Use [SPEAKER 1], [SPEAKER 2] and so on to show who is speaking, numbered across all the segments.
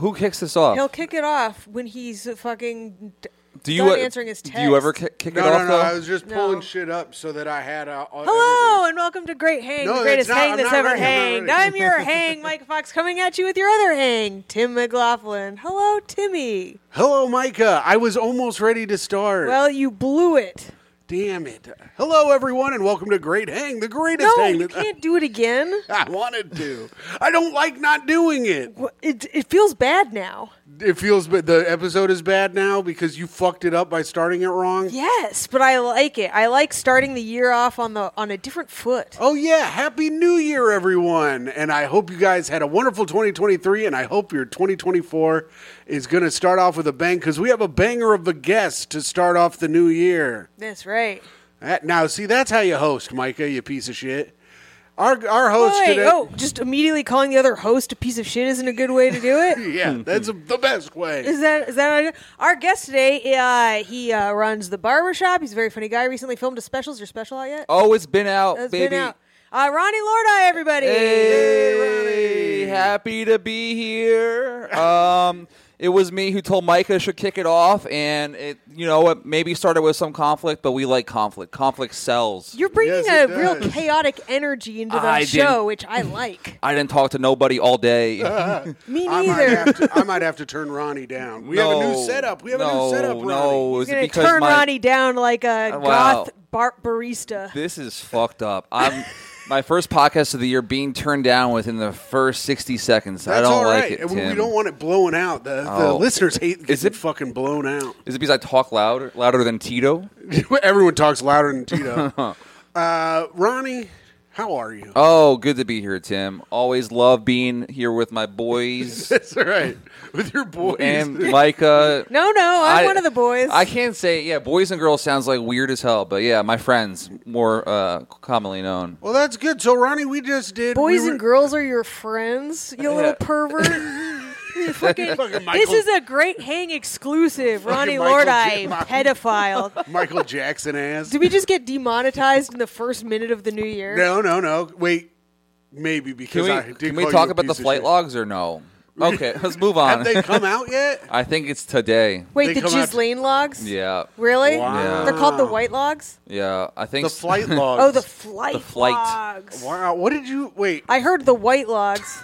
[SPEAKER 1] Who kicks this off?
[SPEAKER 2] He'll kick it off when he's fucking d-
[SPEAKER 1] do you
[SPEAKER 2] done
[SPEAKER 1] e-
[SPEAKER 2] answering his
[SPEAKER 1] Do you ever
[SPEAKER 2] text.
[SPEAKER 1] ki- kick
[SPEAKER 3] No,
[SPEAKER 1] it
[SPEAKER 3] no,
[SPEAKER 1] off
[SPEAKER 3] no.
[SPEAKER 1] though?
[SPEAKER 3] I was just
[SPEAKER 2] No.
[SPEAKER 3] pulling shit up so that I had uh, all-
[SPEAKER 2] Hello and welcome to Great Hang,
[SPEAKER 3] No,
[SPEAKER 2] the greatest
[SPEAKER 3] it's not-
[SPEAKER 2] hang
[SPEAKER 3] I'm
[SPEAKER 2] that's
[SPEAKER 3] not
[SPEAKER 2] ever
[SPEAKER 3] ready, I'm not
[SPEAKER 2] hanged.
[SPEAKER 3] ready.
[SPEAKER 2] I'm your hang, Mike Fox, coming at you with your other hang, Tim McLaughlin. Hello, Timmy.
[SPEAKER 3] Hello, Micah. I was almost ready to start.
[SPEAKER 2] Well, you blew it.
[SPEAKER 3] Damn it. Hello, everyone, and welcome to Great Hang, the greatest
[SPEAKER 2] No,
[SPEAKER 3] hang
[SPEAKER 2] you
[SPEAKER 3] that
[SPEAKER 2] can't do it again.
[SPEAKER 3] I wanted to. I don't like not doing it.
[SPEAKER 2] Wha- It, it feels bad now.
[SPEAKER 3] It feels but the episode is bad now because you fucked it up by starting it wrong.
[SPEAKER 2] Yes, but I like it. I like starting the year off on the on a different foot.
[SPEAKER 3] Oh yeah, happy new year everyone. And I hope you guys had a wonderful 2023 and I hope your 2024 is going to start off with a bang cuz we have a banger of a guest to start off the new year.
[SPEAKER 2] That's right.
[SPEAKER 3] That- Now, see that's how you host, Micah, you piece of shit. Our our host
[SPEAKER 2] Wait,
[SPEAKER 3] today
[SPEAKER 2] oh, just immediately calling the other host a piece of shit isn't a good way to do it.
[SPEAKER 3] Yeah, that's the best way.
[SPEAKER 2] Is that is that what I- our guest today? Uh, he uh, runs the barbershop. He's a very funny guy. Recently filmed a special. Is your special out yet?
[SPEAKER 1] oh, it's been out,
[SPEAKER 2] That's
[SPEAKER 1] baby.
[SPEAKER 2] been out. Uh, Ronnie Lordi, everybody.
[SPEAKER 1] Hey, happy to be here. Um, it was me who told Micah should kick it off, and it, you know, it maybe started with some conflict, but we like conflict. Conflict sells.
[SPEAKER 2] You're bringing
[SPEAKER 3] Yes,
[SPEAKER 2] a
[SPEAKER 3] it
[SPEAKER 2] real
[SPEAKER 3] does.
[SPEAKER 2] chaotic energy into the
[SPEAKER 1] I
[SPEAKER 2] show,
[SPEAKER 1] didn't-
[SPEAKER 2] which I like.
[SPEAKER 1] I didn't talk to nobody all day.
[SPEAKER 2] Me
[SPEAKER 3] I might,
[SPEAKER 2] neither.
[SPEAKER 3] have to, I might have to turn Ronnie down. We have a new
[SPEAKER 1] No,
[SPEAKER 3] setup. We have a
[SPEAKER 1] no,
[SPEAKER 3] new setup, Ronnie.
[SPEAKER 1] No,
[SPEAKER 2] You're
[SPEAKER 1] is it
[SPEAKER 2] gonna
[SPEAKER 1] because
[SPEAKER 2] turn
[SPEAKER 1] my,
[SPEAKER 2] Ronnie down like a
[SPEAKER 1] Wow.
[SPEAKER 2] goth bar- barista.
[SPEAKER 1] This is fucked up. I'm my first podcast of the year being turned down within the first sixty seconds. I
[SPEAKER 3] That's
[SPEAKER 1] don't
[SPEAKER 3] all right.
[SPEAKER 1] like it.
[SPEAKER 3] We-
[SPEAKER 1] Tim.
[SPEAKER 3] We don't want it blowing out. The, the
[SPEAKER 1] Oh.
[SPEAKER 3] listeners hate
[SPEAKER 1] Is
[SPEAKER 3] is it
[SPEAKER 1] it-
[SPEAKER 3] fucking blown out.
[SPEAKER 1] Is it because I talk louder, louder than Tito?
[SPEAKER 3] Everyone talks louder than Tito. uh, Ronnie, how are you?
[SPEAKER 1] Oh, good to be here, Tim. Always love being here with my boys
[SPEAKER 3] That's all right. With your boys.
[SPEAKER 1] and Micah.
[SPEAKER 2] No, no,
[SPEAKER 1] I-
[SPEAKER 2] I'm one of the boys.
[SPEAKER 1] I can't say yeah. Boys and girls sounds like weird as hell, but yeah, my friends more uh, commonly known.
[SPEAKER 3] well, that's good. So, Ronnie, we just did.
[SPEAKER 2] Boys
[SPEAKER 3] we
[SPEAKER 2] and
[SPEAKER 3] were-
[SPEAKER 2] girls are your friends, you little
[SPEAKER 1] Yeah.
[SPEAKER 2] pervert. You fucking-
[SPEAKER 3] Fucking
[SPEAKER 2] this
[SPEAKER 3] Michael-
[SPEAKER 2] is a great hang exclusive, Ronnie
[SPEAKER 3] Michael J.
[SPEAKER 2] Lordi,
[SPEAKER 3] Martin.
[SPEAKER 2] pedophile.
[SPEAKER 3] Michael Jackson ass.
[SPEAKER 2] Did we just get demonetized in the first minute of the new year?
[SPEAKER 3] no, no, no. Wait. Maybe because
[SPEAKER 1] Can
[SPEAKER 3] I
[SPEAKER 1] we
[SPEAKER 3] did
[SPEAKER 1] can we
[SPEAKER 3] call you
[SPEAKER 1] talk
[SPEAKER 3] a
[SPEAKER 1] about the
[SPEAKER 3] piece of
[SPEAKER 1] flight
[SPEAKER 3] shit.
[SPEAKER 1] logs or no? Okay, let's move
[SPEAKER 3] Have
[SPEAKER 1] on.
[SPEAKER 3] they come out yet?
[SPEAKER 1] I think it's today.
[SPEAKER 2] Wait,
[SPEAKER 3] They
[SPEAKER 2] the
[SPEAKER 3] come out-
[SPEAKER 2] Ghislaine logs?
[SPEAKER 1] Yeah.
[SPEAKER 2] Really?
[SPEAKER 3] Wow.
[SPEAKER 2] They're called the white logs?
[SPEAKER 1] Yeah, I think
[SPEAKER 3] The
[SPEAKER 1] s-
[SPEAKER 3] flight logs.
[SPEAKER 2] Oh, the flight,
[SPEAKER 1] The flight.
[SPEAKER 2] logs.
[SPEAKER 3] Wow, what did you wait?
[SPEAKER 2] I heard the white logs.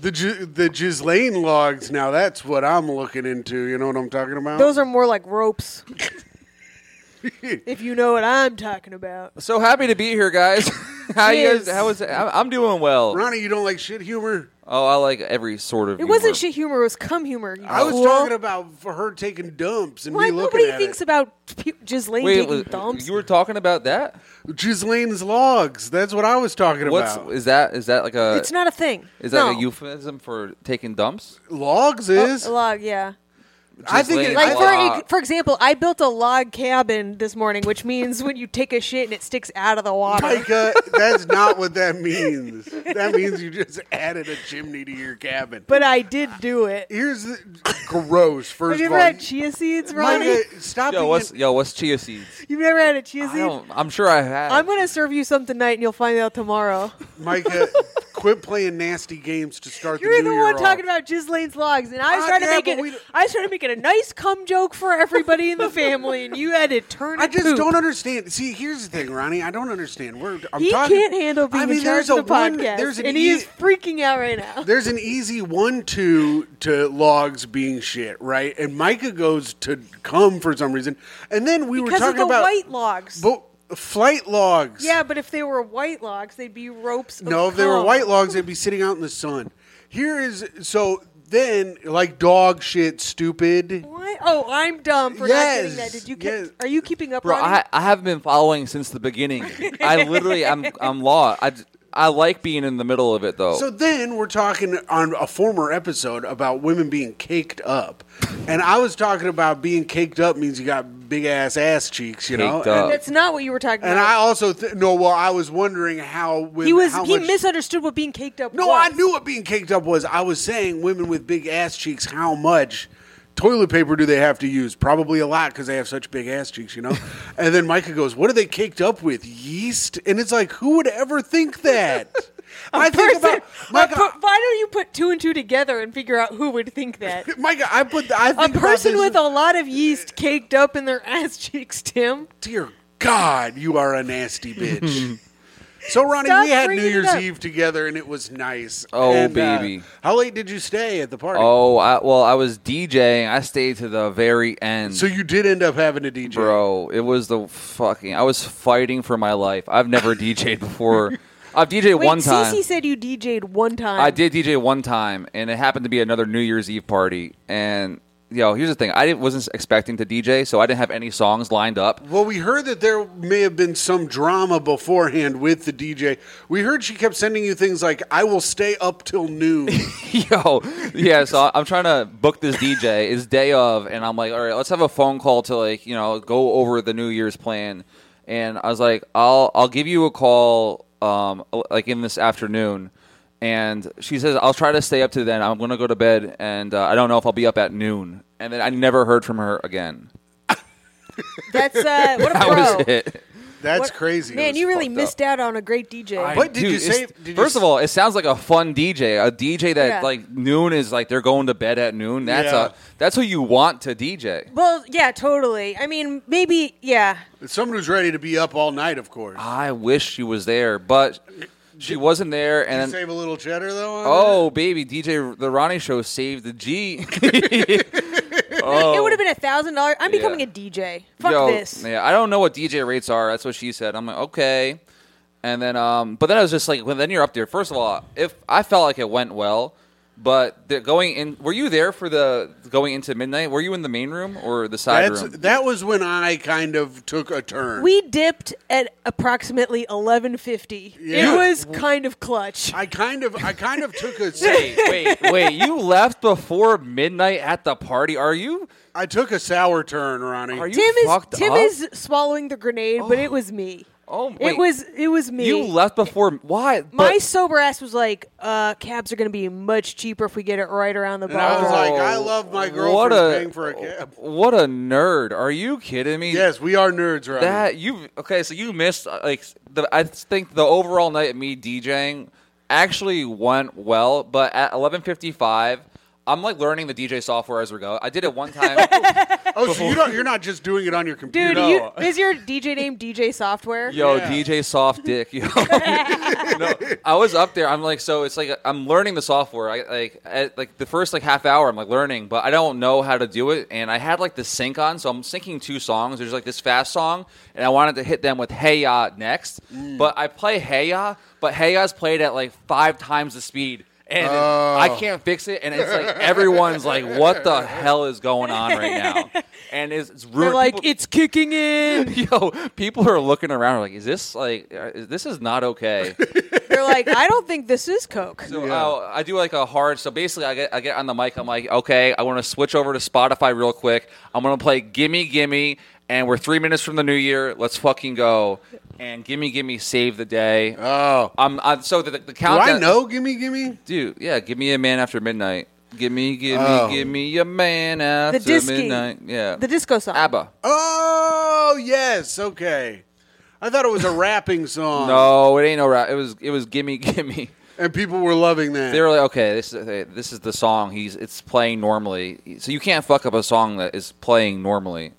[SPEAKER 3] The Gi- the Ghislaine logs. Now that's what I'm looking into. You know what I'm talking about?
[SPEAKER 2] Those are more like ropes. if you know what I'm talking about.
[SPEAKER 1] So happy to be here, guys. how you guys?
[SPEAKER 2] Cheers.
[SPEAKER 1] How is? I'm I'm doing well.
[SPEAKER 3] Ronnie, you don't like shit humor.
[SPEAKER 1] Oh, I like every sort of.
[SPEAKER 2] It
[SPEAKER 1] humor.
[SPEAKER 2] wasn't shit humor, it was cum humor. you
[SPEAKER 3] I was
[SPEAKER 2] fool.
[SPEAKER 3] talking about for her taking dumps and
[SPEAKER 2] Why
[SPEAKER 3] me looking
[SPEAKER 2] nobody
[SPEAKER 3] at
[SPEAKER 2] thinks
[SPEAKER 3] it.
[SPEAKER 2] about p- Ghislaine
[SPEAKER 1] Wait,
[SPEAKER 2] taking
[SPEAKER 1] was-
[SPEAKER 2] dumps?
[SPEAKER 1] you were talking about that.
[SPEAKER 3] Ghislaine's logs. That's what I was talking
[SPEAKER 1] What's
[SPEAKER 3] about.
[SPEAKER 1] is that? Is that like a?
[SPEAKER 2] it's not a thing.
[SPEAKER 1] Is that
[SPEAKER 2] No.
[SPEAKER 1] a euphemism for taking dumps?
[SPEAKER 3] Logs
[SPEAKER 2] Oh,
[SPEAKER 3] is.
[SPEAKER 2] a log? Yeah.
[SPEAKER 3] I think
[SPEAKER 1] Ghislaine
[SPEAKER 3] it-
[SPEAKER 2] Like
[SPEAKER 3] I-
[SPEAKER 1] Lodge.
[SPEAKER 2] for ex- for example, I built a log cabin this morning, which means when you take a shit and it sticks out of the water.
[SPEAKER 3] Micah, that's not what that means. That means you just added a chimney to your cabin.
[SPEAKER 2] But I did do it.
[SPEAKER 3] here's the gross.
[SPEAKER 2] Have
[SPEAKER 3] First
[SPEAKER 2] you
[SPEAKER 3] of
[SPEAKER 2] ever
[SPEAKER 3] all,
[SPEAKER 2] had chia seeds, Ronnie?
[SPEAKER 3] Micah, stop.
[SPEAKER 1] Yo,
[SPEAKER 3] being
[SPEAKER 1] what's
[SPEAKER 3] an-
[SPEAKER 1] yo? What's chia seeds?
[SPEAKER 2] You've never had a chia
[SPEAKER 1] I
[SPEAKER 2] seed?
[SPEAKER 1] don't, I'm sure I have.
[SPEAKER 2] I'm gonna serve you some tonight, and you'll find out tomorrow.
[SPEAKER 3] Micah, quit playing nasty games to start the
[SPEAKER 2] You're
[SPEAKER 3] new
[SPEAKER 2] the
[SPEAKER 3] year
[SPEAKER 2] one talking
[SPEAKER 3] off.
[SPEAKER 2] about Ghislaine's logs, and I was
[SPEAKER 3] Ah,
[SPEAKER 2] trying to
[SPEAKER 3] yeah,
[SPEAKER 2] make
[SPEAKER 3] but
[SPEAKER 2] it.
[SPEAKER 3] we-
[SPEAKER 2] I was trying to make it a nice cum joke for everybody in the family, and you had to turn.
[SPEAKER 3] I
[SPEAKER 2] it
[SPEAKER 3] just
[SPEAKER 2] poop.
[SPEAKER 3] don't understand. See, here's the thing, Ronnie. I don't understand. We're I'm
[SPEAKER 2] He
[SPEAKER 3] talking,
[SPEAKER 2] can't handle being
[SPEAKER 3] I mean,
[SPEAKER 2] in charge
[SPEAKER 3] there's
[SPEAKER 2] of
[SPEAKER 3] a
[SPEAKER 2] the
[SPEAKER 3] one-
[SPEAKER 2] podcast,
[SPEAKER 3] there's an
[SPEAKER 2] and he
[SPEAKER 3] e-
[SPEAKER 2] is freaking out right now.
[SPEAKER 3] there's an easy one-two to logs being shit, right? And Micah goes to come for some reason, and then we were
[SPEAKER 2] Because of
[SPEAKER 3] talking
[SPEAKER 2] the
[SPEAKER 3] about
[SPEAKER 2] white logs.
[SPEAKER 3] bo- flight logs.
[SPEAKER 2] yeah, but if they were white logs, they'd be ropes. Of
[SPEAKER 3] No, if they were
[SPEAKER 2] cum.
[SPEAKER 3] white logs, they'd be sitting out in the sun. Here is so then like dog shit, stupid.
[SPEAKER 2] What? Oh, I'm dumb for not getting that.
[SPEAKER 3] Yes,
[SPEAKER 2] Did you? Ke-
[SPEAKER 3] yes.
[SPEAKER 2] Are you keeping up?
[SPEAKER 1] Bro,
[SPEAKER 2] Ronnie?
[SPEAKER 1] I, I haven't been following since the beginning. I literally, I'm I'm law. I, j- I like being in the middle of it though.
[SPEAKER 3] So then we're talking on a former episode about women being caked up, and I was talking about being caked up means you got big ass ass cheeks, you know.
[SPEAKER 1] Caked
[SPEAKER 3] and,
[SPEAKER 1] up.
[SPEAKER 2] That's not what you were talking
[SPEAKER 3] and I
[SPEAKER 2] about.
[SPEAKER 3] also th- no. Well, I was wondering how women,
[SPEAKER 2] he was
[SPEAKER 3] how
[SPEAKER 2] he
[SPEAKER 3] much-
[SPEAKER 2] misunderstood what being caked up.
[SPEAKER 3] No,
[SPEAKER 2] was.
[SPEAKER 3] I knew what being caked up was. I was saying women with big ass cheeks, how much toilet paper do they have to use? Probably a lot because they have such big ass cheeks, you know? and then Micah goes, What are they caked up with? Yeast? And it's like, who would ever think that? I think
[SPEAKER 2] person.
[SPEAKER 3] about Micah.
[SPEAKER 2] a per- why don't you uh, put two and two together and figure out who would think that?
[SPEAKER 3] Micah, I put. The, I
[SPEAKER 2] a
[SPEAKER 3] think
[SPEAKER 2] person
[SPEAKER 3] about
[SPEAKER 2] with
[SPEAKER 3] this,
[SPEAKER 2] a lot of yeast caked up in their ass cheeks, Tim.
[SPEAKER 3] Dear God, you are a nasty bitch. so Ronnie,
[SPEAKER 2] Stop
[SPEAKER 3] we had New
[SPEAKER 2] bringing it
[SPEAKER 3] Year's
[SPEAKER 2] up.
[SPEAKER 3] Eve together, and it was nice.
[SPEAKER 1] Oh,
[SPEAKER 3] And, uh,
[SPEAKER 1] baby.
[SPEAKER 3] how late did you stay at the party?
[SPEAKER 1] Oh, I, well, I was DJing. I stayed to the very end.
[SPEAKER 3] So you did end up having a DJ.
[SPEAKER 1] Bro, it was the fucking. I was fighting for my life. I've never DJ'd before. I've DJ'd
[SPEAKER 2] Wait,
[SPEAKER 1] one time.
[SPEAKER 2] Cece said you DJ'd one time.
[SPEAKER 1] I did DJ one time, and it happened to be another New Year's Eve party. And yo, here's the thing: I didn't, wasn't expecting to DJ, so I didn't have any songs lined up.
[SPEAKER 3] Well, we heard that there may have been some drama beforehand with the DJ. We heard she kept sending you things like, I will stay up till noon.
[SPEAKER 1] yo, yeah. So I'm trying to book this DJ. It's day of, and I'm like, all right, let's have a phone call to like, you know, go over the New Year's plan. And I was like, I'll I'll give you a call, um, like in this afternoon. And she says, I'll try to stay up to then. I'm gonna go to bed, and uh, I don't know if I'll be up at noon. And then I never heard from her again.
[SPEAKER 2] That's uh, what a
[SPEAKER 1] That
[SPEAKER 2] pro.
[SPEAKER 1] was it.
[SPEAKER 3] That's
[SPEAKER 2] What-
[SPEAKER 3] crazy. It
[SPEAKER 2] Man,
[SPEAKER 3] was
[SPEAKER 2] you really
[SPEAKER 1] fucked up.
[SPEAKER 2] missed out on a great DJ.
[SPEAKER 3] But did you
[SPEAKER 1] it's-
[SPEAKER 3] say- did you
[SPEAKER 1] first of
[SPEAKER 3] s-
[SPEAKER 1] all, it sounds like a fun DJ. A DJ that
[SPEAKER 2] Yeah.
[SPEAKER 1] like noon is like they're going to bed at noon. That's
[SPEAKER 3] Yeah.
[SPEAKER 1] a that's who you want to DJ.
[SPEAKER 2] well, yeah, totally. I mean, maybe, yeah.
[SPEAKER 3] Someone who's ready to be up all night, of course.
[SPEAKER 1] I wish she was there, but she wasn't there.
[SPEAKER 3] Did you
[SPEAKER 1] And
[SPEAKER 3] save a little cheddar, though? on
[SPEAKER 1] oh, baby, DJ the Ronnie show saved the G.
[SPEAKER 2] It would have been a thousand dollars. I'm
[SPEAKER 1] Oh. Yeah.
[SPEAKER 2] becoming a DJ. Fuck
[SPEAKER 1] Yo,
[SPEAKER 2] this.
[SPEAKER 1] Yeah, I don't know what DJ rates are. That's what she said. I'm like, okay. And then, um, but then I was just like, well, then you're up there. First of all, if I felt like it went well, but the going in, were you there for the going into midnight? Were you in the main room or the
[SPEAKER 3] that?
[SPEAKER 1] side
[SPEAKER 3] That's,
[SPEAKER 1] room?
[SPEAKER 3] that was when I kind of took a turn.
[SPEAKER 2] We dipped at approximately 11:50.
[SPEAKER 3] Yeah.
[SPEAKER 2] It was kind of clutch.
[SPEAKER 3] I kind of, I kind of took a,
[SPEAKER 1] wait, wait, wait! You left before midnight at the party. Are you?
[SPEAKER 3] I took a sour turn, Ronnie.
[SPEAKER 1] Are you
[SPEAKER 2] Tim is
[SPEAKER 1] fucked
[SPEAKER 2] Tim
[SPEAKER 1] up?
[SPEAKER 2] is swallowing the grenade, but it was me.
[SPEAKER 1] Oh,
[SPEAKER 2] it
[SPEAKER 1] wait.
[SPEAKER 2] was it was me.
[SPEAKER 1] You left before why?
[SPEAKER 2] My
[SPEAKER 1] But-
[SPEAKER 2] sober ass was like, uh, "Cabs are going to be much cheaper if we get it right around the
[SPEAKER 3] And I
[SPEAKER 2] bar."
[SPEAKER 3] was like,
[SPEAKER 1] Oh,
[SPEAKER 3] I love my girlfriend
[SPEAKER 1] what a-
[SPEAKER 3] paying for a cab.
[SPEAKER 1] What a nerd! Are you kidding me?
[SPEAKER 3] Yes, we are nerds, Ronnie.
[SPEAKER 1] That you okay? So you missed uh, like the. I think the overall night of me DJing actually went well, but at eleven fifty five. I'm like learning the DJ software as we go. I did it one time.
[SPEAKER 3] oh, so you don't, you're not just doing it on your computer.
[SPEAKER 2] Dude,
[SPEAKER 1] No.
[SPEAKER 2] you, is your DJ name DJ Software?
[SPEAKER 1] Yo,
[SPEAKER 3] Yeah.
[SPEAKER 1] DJ Soft Dick. Yo, no, I was up there. I'm like, so it's like I'm learning the software. I like at, like the first like half hour, I'm like learning, but I don't know how to do it. And I had like the sync on, so I'm syncing two songs. There's like this fast song, and I wanted to hit them with Hey Ya next, but I play Hey Ya, but Hey Ya's played at like five times the speed. And I can't fix it, and it's like everyone's like, "What the hell is going on right now?" And it's, it's
[SPEAKER 2] They're
[SPEAKER 1] ruining.
[SPEAKER 2] like,
[SPEAKER 1] people-
[SPEAKER 2] "It's kicking in."
[SPEAKER 1] Yo, people are looking around like, is this like, uh, this is not okay.
[SPEAKER 2] They're like, "I don't think this is Coke."
[SPEAKER 1] So
[SPEAKER 3] Yeah.
[SPEAKER 1] uh, I do like a hard. So basically, I get I get on the mic. I'm like, okay, I want to switch over to Spotify real quick. I'm gonna play Gimme Gimme, and we're three minutes from the new year. Let's fucking go. And Gimme Gimme save the day.
[SPEAKER 3] oh,
[SPEAKER 1] I'm, i so the, the
[SPEAKER 3] do
[SPEAKER 1] countdown.
[SPEAKER 3] I know? Gimme, gimme.
[SPEAKER 1] dude. Yeah, give me a man after midnight. Give me, give me,
[SPEAKER 3] Oh.
[SPEAKER 1] give me a man after
[SPEAKER 2] disky.
[SPEAKER 1] midnight. Yeah,
[SPEAKER 2] The disco song.
[SPEAKER 1] ABBA.
[SPEAKER 3] Oh yes, okay. I thought it was a rapping song.
[SPEAKER 1] No, it ain't no rap. It was it was gimme, gimme.
[SPEAKER 3] and people were loving that.
[SPEAKER 1] they were like, okay, this is hey, this is the song he's it's playing normally, so you can't fuck up a song that is playing normally.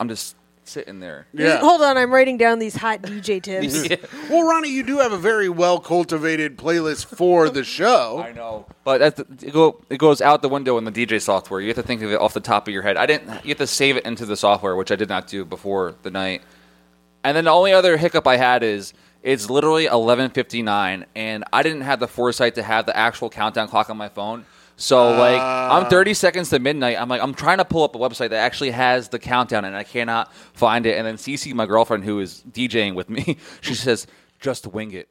[SPEAKER 1] I'm just sitting there.
[SPEAKER 3] yeah.
[SPEAKER 2] Hold on, I'm writing down these hot DJ tips.
[SPEAKER 3] Well, Ronnie, you do have a very well cultivated playlist for the show.
[SPEAKER 1] I know, but that's, it, go, it goes out the window in the DJ software. You have to think of it off the top of your head. I didn't. You have to save it into the software, which I did not do before the night. And then the only other hiccup I had is it's literally 11:59, and I didn't have the foresight to have the actual countdown clock on my phone. So like I'm 30 seconds to midnight. I'm like I'm trying to pull up a website that actually has the countdown, and I cannot find it. And then Cece, my girlfriend who is DJing with me, she says, "Just wing it."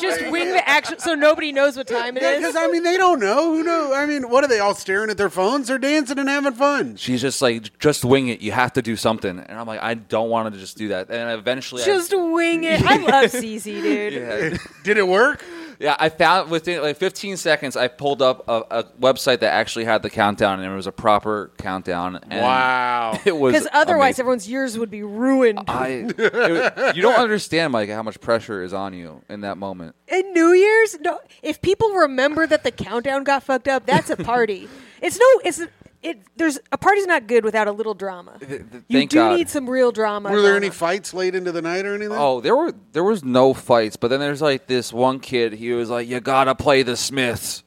[SPEAKER 2] Just wing the action, so nobody knows what time it is.
[SPEAKER 3] Because I mean, they don't know. Who know? I mean, what are they all staring at their phones? They're dancing and having fun.
[SPEAKER 1] she's just like, just wing it. You have to do something. And I'm like, I don't want to just do that. And eventually,
[SPEAKER 2] Just wing it. I love CC, dude.
[SPEAKER 1] I,
[SPEAKER 3] Did it work?
[SPEAKER 1] Yeah, I found within like 15 seconds, I pulled up a, a website that actually had the countdown, and it was a proper countdown. And
[SPEAKER 3] Wow.
[SPEAKER 1] It was
[SPEAKER 2] Because otherwise,
[SPEAKER 1] amazing.
[SPEAKER 2] everyone's years would be ruined.
[SPEAKER 1] I, it was- you don't understand, Mike, how much pressure is on you in that moment.
[SPEAKER 2] In New Year's, no. If people remember that the countdown got fucked up, that's a party. it's no. It's it. There's a party's not good without a little drama. you
[SPEAKER 1] thank
[SPEAKER 2] do
[SPEAKER 1] God.
[SPEAKER 2] need some real drama.
[SPEAKER 3] Were there
[SPEAKER 2] going
[SPEAKER 3] any
[SPEAKER 2] on.
[SPEAKER 3] fights late into the night or anything?
[SPEAKER 1] Oh, there were there was no fights, but then there's like this one kid. He was like, "You gotta play the Smiths."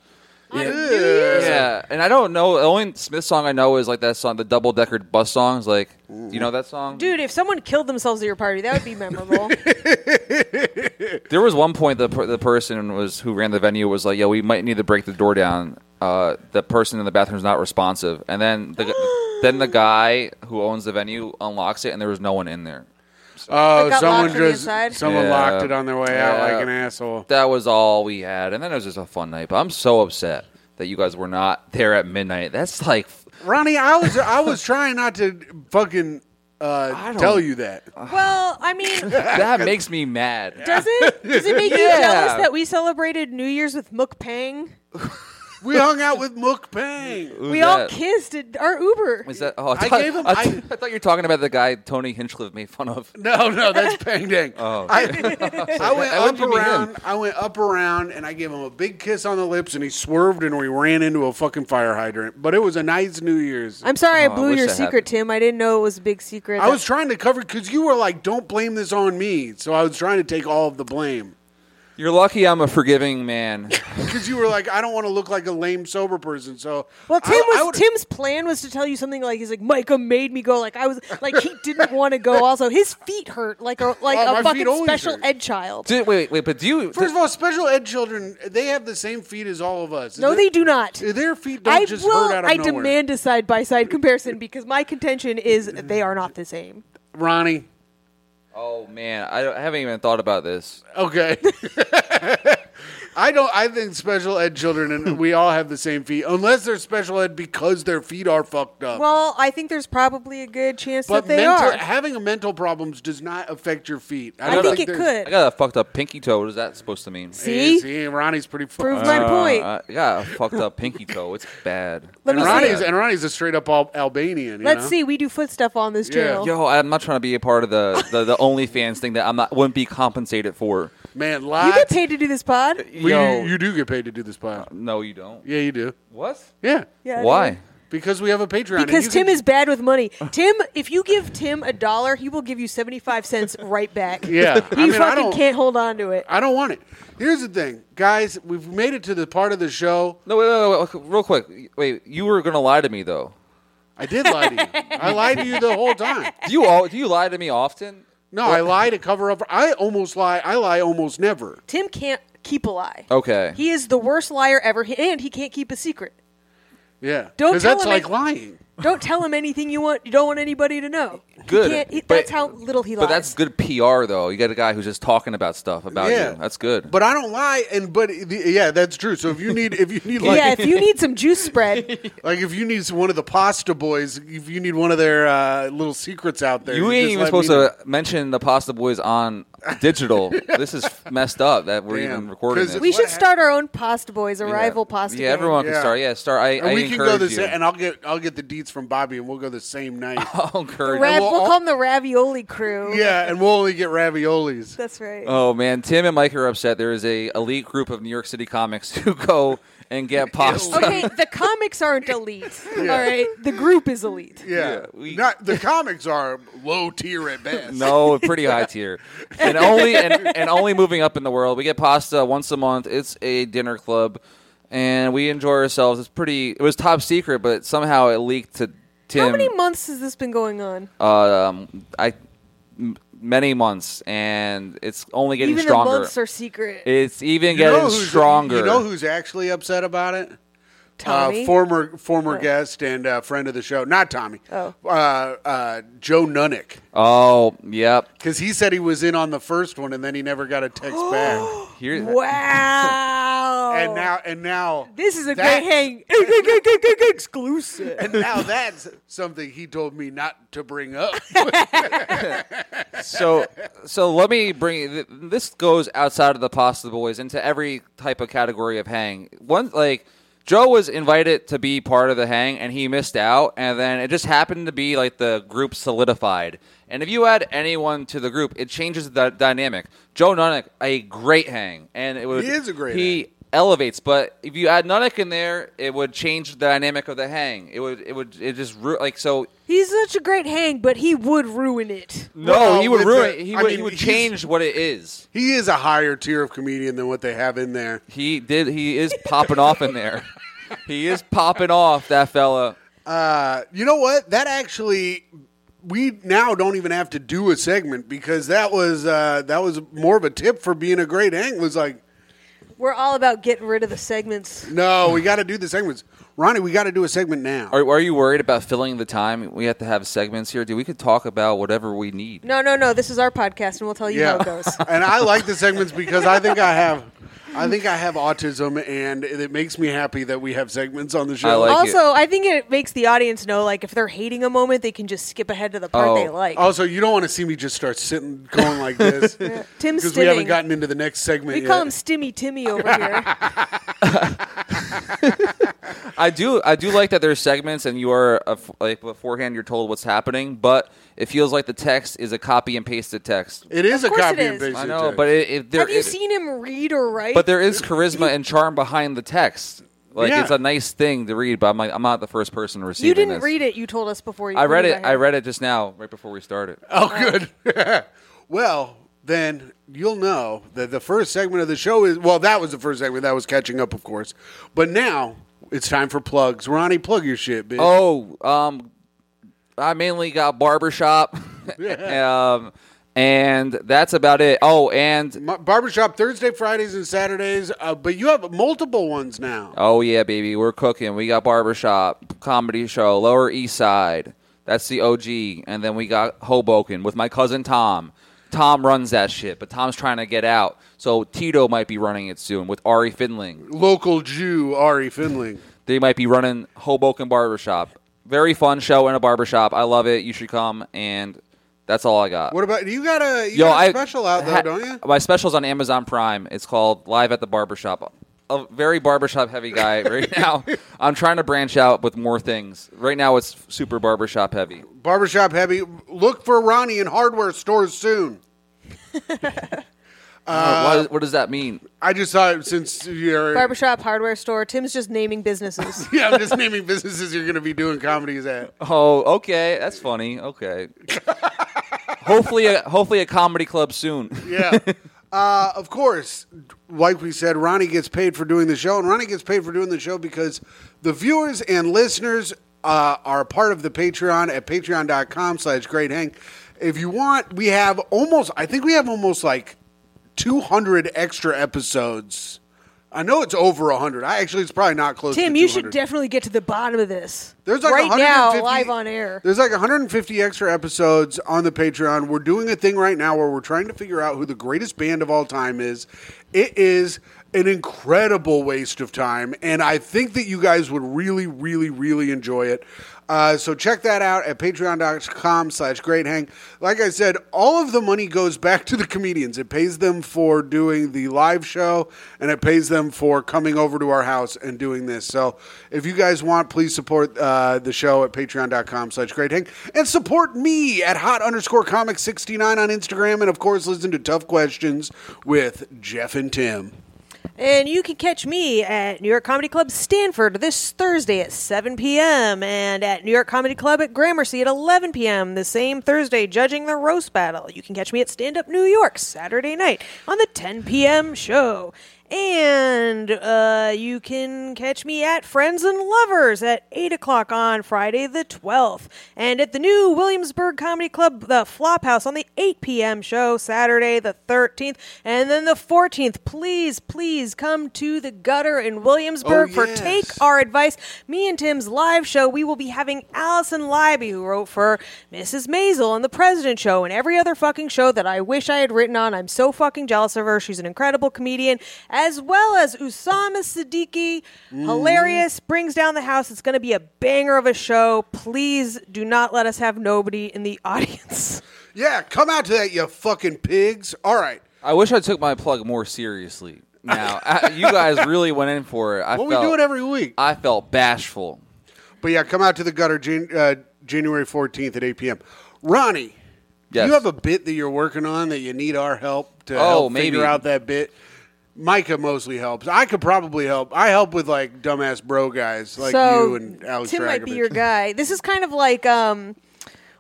[SPEAKER 3] Ew.
[SPEAKER 1] Yeah, and I don't know. The only Smith song I know is like that song, the double decker bus songs. Like, do you know that song?
[SPEAKER 2] Dude, if someone killed themselves at your party, that would be memorable.
[SPEAKER 1] There was one point the per- the person was who ran the venue was like, "Yo, we might need to break the door down." Uh, the person in the bathroom's not responsive, and then the gu- then the guy who owns the venue unlocks it, and there was no one in there.
[SPEAKER 3] Oh,
[SPEAKER 2] It got
[SPEAKER 3] someone
[SPEAKER 2] locked from the
[SPEAKER 3] just
[SPEAKER 2] inside?
[SPEAKER 3] someone
[SPEAKER 1] Yeah.
[SPEAKER 3] locked it on their way out
[SPEAKER 1] Yeah.
[SPEAKER 3] like an asshole.
[SPEAKER 1] That was all we had, and then it was just a fun night. But I'm so upset that you guys were not there at midnight. That's like,
[SPEAKER 3] Ronnie, I was I was trying not to fucking uh,
[SPEAKER 1] don't-
[SPEAKER 3] tell you that.
[SPEAKER 2] well, I mean,
[SPEAKER 1] that makes me mad.
[SPEAKER 2] does it? Does it make
[SPEAKER 1] Yeah.
[SPEAKER 2] you jealous that we celebrated New Year's with mukbang?
[SPEAKER 3] We hung out with mukbang.
[SPEAKER 1] Who's
[SPEAKER 2] We all
[SPEAKER 1] that?
[SPEAKER 2] kissed at our Uber.
[SPEAKER 1] Is that? Oh, I,
[SPEAKER 3] I
[SPEAKER 1] thought,
[SPEAKER 3] gave him-
[SPEAKER 1] I, th-
[SPEAKER 3] I-
[SPEAKER 1] I thought you were talking about the guy Tony Hinchcliffe made fun of.
[SPEAKER 3] No, no, that's Pang Dang. Oh, I, I went
[SPEAKER 1] That would
[SPEAKER 3] up
[SPEAKER 1] be him.
[SPEAKER 3] around. I went up around, and I gave him a big kiss on the lips, and he swerved, and we ran into a fucking fire hydrant. But it was a nice New Year's.
[SPEAKER 2] I'm sorry
[SPEAKER 1] Oh, I
[SPEAKER 2] I blew
[SPEAKER 1] wish
[SPEAKER 2] your
[SPEAKER 1] that
[SPEAKER 2] secret,
[SPEAKER 1] happened.
[SPEAKER 2] Tim. I didn't know it was a big secret.
[SPEAKER 3] I was trying to cover because you were like, "Don't blame this on me," so I was trying to take all of the blame.
[SPEAKER 1] You're lucky I'm a forgiving man.
[SPEAKER 3] Because you were like, "I don't want to look like a lame sober person," so
[SPEAKER 2] well, Tim
[SPEAKER 3] I- I
[SPEAKER 2] was
[SPEAKER 3] would-
[SPEAKER 2] Tim's plan was to tell you something like he's like Micah made me go like I was like he didn't want to go. Also, his feet hurt like a like
[SPEAKER 3] Oh, my
[SPEAKER 2] a
[SPEAKER 3] feet
[SPEAKER 2] fucking
[SPEAKER 3] always
[SPEAKER 2] special
[SPEAKER 3] hurt.
[SPEAKER 2] ed child.
[SPEAKER 1] Did, wait, wait, but do you?
[SPEAKER 3] First of all, special ed children, they have the same feet as all of us.
[SPEAKER 2] no,
[SPEAKER 3] Their-
[SPEAKER 2] they do not.
[SPEAKER 3] Their feet don't
[SPEAKER 2] I
[SPEAKER 3] just
[SPEAKER 2] will.
[SPEAKER 3] hurt out of
[SPEAKER 2] I
[SPEAKER 3] nowhere.
[SPEAKER 2] demand a side by side comparison because my contention is they are not the same.
[SPEAKER 3] Ronnie.
[SPEAKER 1] oh man, I, don't- I haven't even thought about this.
[SPEAKER 3] Okay. I don't. I think special ed children and we all have the same feet, unless they're special ed because their feet are fucked up.
[SPEAKER 2] Well, I think there's probably a good chance
[SPEAKER 3] but
[SPEAKER 2] that they
[SPEAKER 3] mental,
[SPEAKER 2] are.
[SPEAKER 3] having a mental problems does not affect your feet.
[SPEAKER 2] I
[SPEAKER 3] don't
[SPEAKER 2] think it
[SPEAKER 3] there's-
[SPEAKER 2] could.
[SPEAKER 1] I got a fucked up pinky toe. What is that supposed to mean?
[SPEAKER 2] See,
[SPEAKER 3] See, see, Ronnie's pretty. Fu-
[SPEAKER 2] prove my point.
[SPEAKER 1] Uh, I got a fucked up pinky toe. It's bad.
[SPEAKER 2] Let
[SPEAKER 3] and
[SPEAKER 2] me see
[SPEAKER 3] Ronnie's
[SPEAKER 2] it.
[SPEAKER 3] and Ronnie's a straight up Al- Albanian. you
[SPEAKER 2] Let's
[SPEAKER 3] know?
[SPEAKER 2] see. We do foot stuff on this
[SPEAKER 3] Yeah.
[SPEAKER 2] channel.
[SPEAKER 1] Yo, I'm not trying to be a part of the the, the OnlyFans thing that I'm not wouldn't be compensated for.
[SPEAKER 3] man,
[SPEAKER 2] You
[SPEAKER 3] lots.
[SPEAKER 2] get paid to do this
[SPEAKER 1] Uh,
[SPEAKER 2] pod.
[SPEAKER 3] Well,
[SPEAKER 1] Yo,
[SPEAKER 3] you, you do get paid to do this pod.
[SPEAKER 1] no, you don't.
[SPEAKER 3] Yeah, you do.
[SPEAKER 1] What?
[SPEAKER 3] Yeah,
[SPEAKER 2] Yeah, I
[SPEAKER 1] Why?
[SPEAKER 2] do.
[SPEAKER 3] because we have a Patreon. and
[SPEAKER 2] Because
[SPEAKER 3] you
[SPEAKER 2] Tim
[SPEAKER 3] can-
[SPEAKER 2] is bad with money. Tim, if you give Tim a dollar, he will give you seventy five cents right back.
[SPEAKER 3] Yeah,
[SPEAKER 2] he
[SPEAKER 3] I mean, I
[SPEAKER 2] fucking
[SPEAKER 3] don't-
[SPEAKER 2] can't hold on to it.
[SPEAKER 3] I don't want it. Here's the thing, guys. We've made it to the part of the show.
[SPEAKER 1] No, wait, wait, wait, wait, real quick. Wait, you were gonna lie to me though.
[SPEAKER 3] I did lie to you. I lied to you the whole time.
[SPEAKER 1] Do you all do you lie to me often?
[SPEAKER 3] No, I lie to cover up. I almost lie. I lie almost never.
[SPEAKER 2] Tim can't keep a lie.
[SPEAKER 1] Okay.
[SPEAKER 2] He is the worst liar ever, he- and he can't keep a secret.
[SPEAKER 3] Yeah,
[SPEAKER 2] Don't
[SPEAKER 3] because
[SPEAKER 2] tell
[SPEAKER 3] that's
[SPEAKER 2] him
[SPEAKER 3] like
[SPEAKER 2] it-
[SPEAKER 3] lying.
[SPEAKER 2] Don't tell him anything you want. You don't want anybody to know. He
[SPEAKER 1] Good,
[SPEAKER 2] can't- he-
[SPEAKER 1] but-
[SPEAKER 2] that's how little he lies.
[SPEAKER 1] But that's good PR though. You got a guy who's just talking about stuff about
[SPEAKER 3] yeah,
[SPEAKER 1] you. That's good.
[SPEAKER 3] But I don't lie. And but the, yeah, that's true. So if you need, if you need, like,
[SPEAKER 2] yeah, if you need some juice spread,
[SPEAKER 3] like if you need one of the pasta boys, if you need one of their uh, little secrets out there,
[SPEAKER 1] you ain't
[SPEAKER 3] just
[SPEAKER 1] even
[SPEAKER 3] let
[SPEAKER 1] supposed
[SPEAKER 3] me know.
[SPEAKER 1] to mention the Pasta Boys on digital. this is messed up that we're
[SPEAKER 3] Damn.
[SPEAKER 1] even recording
[SPEAKER 3] 'Cause
[SPEAKER 1] this.
[SPEAKER 2] we
[SPEAKER 3] What
[SPEAKER 2] should
[SPEAKER 3] hap-
[SPEAKER 2] start our own Pasta Boys, a rival pasta.
[SPEAKER 1] Yeah,
[SPEAKER 2] gang.
[SPEAKER 1] everyone
[SPEAKER 3] Yeah.
[SPEAKER 1] can start. Yeah, start. I,
[SPEAKER 3] And
[SPEAKER 1] I
[SPEAKER 3] we can go
[SPEAKER 1] encourage
[SPEAKER 3] the
[SPEAKER 1] you.
[SPEAKER 3] same, and I'll get I'll get the deets from Bobby, and we'll go the same night.
[SPEAKER 1] I'll encourage
[SPEAKER 2] Rav-
[SPEAKER 1] you.
[SPEAKER 2] we'll,
[SPEAKER 3] all-
[SPEAKER 2] call them the Ravioli Crew.
[SPEAKER 3] yeah, and we'll only get raviolis.
[SPEAKER 2] that's right.
[SPEAKER 1] Oh man, Tim and Mike are upset. There is a elite group of New York City comics who go and get pasta.
[SPEAKER 2] Okay, the comics aren't elite. All right, the group is elite.
[SPEAKER 3] Yeah,
[SPEAKER 1] Yeah, we-
[SPEAKER 3] Not, the comics are low tier at best.
[SPEAKER 1] No, pretty high tier, and only and, and only moving up in the world. We get pasta once a month. It's a dinner club, and we enjoy ourselves. It's pretty. It was top secret, but somehow it leaked to Tim.
[SPEAKER 2] How many months has this been going on?
[SPEAKER 3] Uh,
[SPEAKER 1] um, I m- many months, and it's only getting
[SPEAKER 2] Even the
[SPEAKER 1] stronger.
[SPEAKER 2] months are secret.
[SPEAKER 1] it's even
[SPEAKER 3] You know
[SPEAKER 1] getting
[SPEAKER 3] who's-
[SPEAKER 1] stronger.
[SPEAKER 3] You know who's actually upset about it?
[SPEAKER 2] Tommy?
[SPEAKER 3] Uh, former former guest and uh, friend of the show, not Tommy.
[SPEAKER 2] Oh.
[SPEAKER 3] Uh, uh, Joe Nunnick,
[SPEAKER 1] oh, yep.
[SPEAKER 3] because he said he was in on the first one and then he never got a text back.
[SPEAKER 1] Here,
[SPEAKER 2] wow. Wow.
[SPEAKER 3] and now and now
[SPEAKER 2] Oh. this is a
[SPEAKER 3] that-
[SPEAKER 2] great hang exclusive.
[SPEAKER 3] And now that's something he told me not to bring up.
[SPEAKER 1] so so let me bring th- this goes outside of the pasta boys into every type of category of hang one like joe was invited to be part of the hang and he missed out and then it just happened to be like the group solidified and if you add anyone to the group it changes the dynamic joe nunnick a great hang and it would
[SPEAKER 3] He is a great
[SPEAKER 1] he
[SPEAKER 3] hang.
[SPEAKER 1] elevates. But if you add Nunnick in there, it would change the dynamic of the hang. It would it would it just ru- like so.
[SPEAKER 2] He's such a great hang, but he would ruin it.
[SPEAKER 1] No,
[SPEAKER 3] Well,
[SPEAKER 1] he would
[SPEAKER 3] with
[SPEAKER 1] ruin.
[SPEAKER 3] the-
[SPEAKER 1] he
[SPEAKER 3] I
[SPEAKER 1] would he
[SPEAKER 3] mean,
[SPEAKER 1] would
[SPEAKER 3] he's-
[SPEAKER 1] change what it is.
[SPEAKER 3] he is a higher tier of comedian than what they have in there.
[SPEAKER 1] He did. He is popping off in there. He is popping off that fella.
[SPEAKER 3] Uh, you know what? That actually, we now don't even have to do a segment because that was uh, that was more of a tip for being a great hang. Was like,
[SPEAKER 2] We're all about getting rid of the segments.
[SPEAKER 3] no, we got to do the segments, Ronnie. We got to do a segment now.
[SPEAKER 1] Are, are you worried about filling the time? We have to have segments here, dude. We could talk about whatever we need.
[SPEAKER 2] No, no, no. This is our podcast, and we'll tell you
[SPEAKER 3] yeah,
[SPEAKER 2] how it goes.
[SPEAKER 3] and I like the segments because I think I have. I think I have autism, and it makes me happy that we have segments on the show.
[SPEAKER 1] I like it.
[SPEAKER 2] also, I think it makes the audience know, like, if they're hating a moment, they can just skip ahead to the part
[SPEAKER 1] Oh.
[SPEAKER 2] they like.
[SPEAKER 3] Also, you don't want to see me just start sitting, going like this,
[SPEAKER 2] Tim's
[SPEAKER 3] because we haven't
[SPEAKER 2] sitting.
[SPEAKER 3] gotten into the next segment.
[SPEAKER 2] we
[SPEAKER 3] yet.
[SPEAKER 2] call him Stimmy Timmy over here.
[SPEAKER 1] I do. I do like that there's segments, and you are uh, f- like beforehand. You're told what's happening, but it feels like the text is a copy and pasted text.
[SPEAKER 3] It is
[SPEAKER 2] Of
[SPEAKER 3] a
[SPEAKER 2] course
[SPEAKER 3] copy
[SPEAKER 2] it
[SPEAKER 3] and
[SPEAKER 2] is.
[SPEAKER 3] paste.
[SPEAKER 1] I
[SPEAKER 3] it
[SPEAKER 1] know,
[SPEAKER 3] to-
[SPEAKER 1] but it, it, there,
[SPEAKER 2] Have you
[SPEAKER 1] it-
[SPEAKER 2] seen him read or write?
[SPEAKER 1] But there is charisma and charm behind the text. Like
[SPEAKER 3] Yeah.
[SPEAKER 1] it's a nice thing to read, but I'm like I'm not the first person receiving.
[SPEAKER 2] you didn't
[SPEAKER 1] this.
[SPEAKER 2] read it. You told us before. You
[SPEAKER 1] I read
[SPEAKER 2] you
[SPEAKER 1] it. I read it just now, right before we started.
[SPEAKER 3] oh, good. well, then you'll know that the first segment of the show is well. That was the first segment. That was catching up, of course. But now it's time for plugs. Ronnie, plug your shit, bitch.
[SPEAKER 1] Oh, um, I mainly got barbershop, um, and that's about it. Oh, and
[SPEAKER 3] My barbershop Thursday, Fridays, and Saturdays. Uh, but you have multiple ones now.
[SPEAKER 1] oh yeah, baby, we're cooking. We got barbershop comedy show, Lower East Side. That's the OG, and then we got Hoboken with my cousin Tom. Tom runs that shit, but Tom's trying to get out, so Tito might be running it soon with Ari Finling.
[SPEAKER 3] Local Jew Ari Finling.
[SPEAKER 1] they might be running Hoboken Barbershop. Very fun show in a barbershop. I love it. You should come. And that's all I got.
[SPEAKER 3] What about you? Got a you
[SPEAKER 1] Yo,
[SPEAKER 3] got a
[SPEAKER 1] I-
[SPEAKER 3] special out though,
[SPEAKER 1] ha-
[SPEAKER 3] don't you?
[SPEAKER 1] My special's on Amazon Prime. It's called Live at the Barbershop. A very barbershop heavy guy right now. I'm trying to branch out with more things. Right now, it's super barbershop heavy.
[SPEAKER 3] Barbershop heavy. Look for Ronnie in hardware stores soon. Uh,
[SPEAKER 1] Uh, what, what does that mean?
[SPEAKER 3] I just thought since you're
[SPEAKER 2] barbershop, hardware store. Tim's just naming businesses.
[SPEAKER 3] yeah, I'm just naming businesses you're going to be doing comedies at.
[SPEAKER 1] Oh, okay. That's funny. Okay. hopefully, a, hopefully a comedy club soon.
[SPEAKER 3] Yeah. Uh, of course, like we said, Ronnie gets paid for doing the show, and Ronnie gets paid for doing the show because the viewers and listeners uh, are a part of the Patreon at patreon.com slash great hang. If you want, we have almost, I think we have almost like 200 extra episodes. I know it's over 100. I actually, it's probably not close
[SPEAKER 2] Tim,
[SPEAKER 3] to
[SPEAKER 2] you should
[SPEAKER 3] 200.
[SPEAKER 2] definitely get to the bottom of this.
[SPEAKER 3] There's like
[SPEAKER 2] right now,
[SPEAKER 3] 150
[SPEAKER 2] live on air.
[SPEAKER 3] There's like 150 extra episodes on the Patreon. We're doing a thing right now where we're trying to figure out who the greatest band of all time is. It is an incredible waste of time, and I think that you guys would really, really, really enjoy it. Uh, so check that out at patreon.com slash great hang like i said all of the money goes back to the comedians it pays them for doing the live show and it pays them for coming over to our house and doing this so if you guys want please support uh, the show at patreon.com slash great hang and support me at hot underscore comic 69 on instagram and of course listen to tough questions with jeff and tim
[SPEAKER 2] And you can catch me at New York Comedy Club Stanford this Thursday at 7 p.m. and at New York Comedy Club at Gramercy at 11 p.m. the same Thursday, judging the roast battle. You can catch me at Stand Up New York Saturday night on the 10 p.m. show. And uh, you can catch me at Friends and Lovers at 8 o'clock on Friday the 12th. And at the new Williamsburg Comedy Club, The Flophouse, on the 8 p.m. show Saturday the 13th. And then the 14th, please, please come to the gutter in Williamsburg
[SPEAKER 3] Oh,
[SPEAKER 2] for
[SPEAKER 3] yes.
[SPEAKER 2] Take our advice. Me and Tim's live show, we will be having Allison Libby, who wrote for Mrs. Maisel and The President Show and every other fucking show that I wish I had written on. I'm so fucking jealous of her. She's an incredible comedian. as well as Usama Siddiqui.
[SPEAKER 3] Mm-hmm.
[SPEAKER 2] Hilarious, brings down the house. It's going to be a banger of a show. Please do not let us have nobody in the audience.
[SPEAKER 3] Yeah, come out to that, you fucking pigs. All right.
[SPEAKER 1] I wish I took my plug more seriously. Now I, you guys really went in for it. I
[SPEAKER 3] Well, we
[SPEAKER 1] felt,
[SPEAKER 3] do it every week.
[SPEAKER 1] I felt bashful.
[SPEAKER 3] But yeah, come out to the gutter Jan- uh, January 14th at 8 p.m. Ronnie,
[SPEAKER 1] Yes.
[SPEAKER 3] you have a bit that you're working on that you need our help to
[SPEAKER 1] Oh,
[SPEAKER 3] help
[SPEAKER 1] maybe.
[SPEAKER 3] figure out that bit. Micah mostly helps. I could probably help. I help with like dumbass bro guys like
[SPEAKER 2] so
[SPEAKER 3] you and Alex
[SPEAKER 2] Tim might be
[SPEAKER 3] Dragovich.
[SPEAKER 2] your guy. This is kind of like um,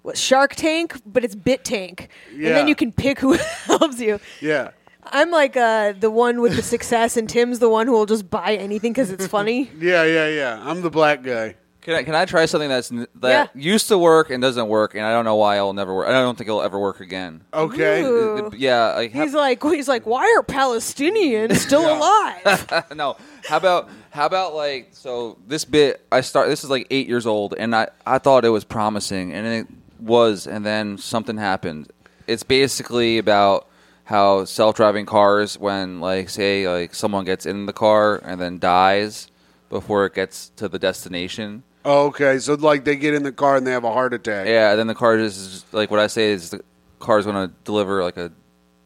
[SPEAKER 2] what Shark Tank, but it's Bit Tank, and
[SPEAKER 3] Yeah.
[SPEAKER 2] then you can pick who helps you.
[SPEAKER 3] Yeah.
[SPEAKER 2] I'm like uh, the one with the success, and Tim's the one who will just buy anything because it's funny.
[SPEAKER 3] Yeah, yeah, yeah. I'm the black guy.
[SPEAKER 1] Can I, can I try something that's n- that used to work and doesn't work, and I don't know why it'll never work. I don't think it'll ever work again.
[SPEAKER 3] Oh. Okay.
[SPEAKER 2] Ooh.
[SPEAKER 1] It- yeah, like,
[SPEAKER 2] He's like, he's like, why are Palestinians still alive?
[SPEAKER 1] no. How about how about like so this bit I start this is like 8 years old and I I thought it was promising and it was and then something happened. It's basically about how self-driving cars when like say like someone gets in the car and then dies before it gets to the destination.
[SPEAKER 3] Okay. So like they get in the car and they have a heart attack.
[SPEAKER 1] Yeah, and then the car just is like what I say is the car's going to deliver like a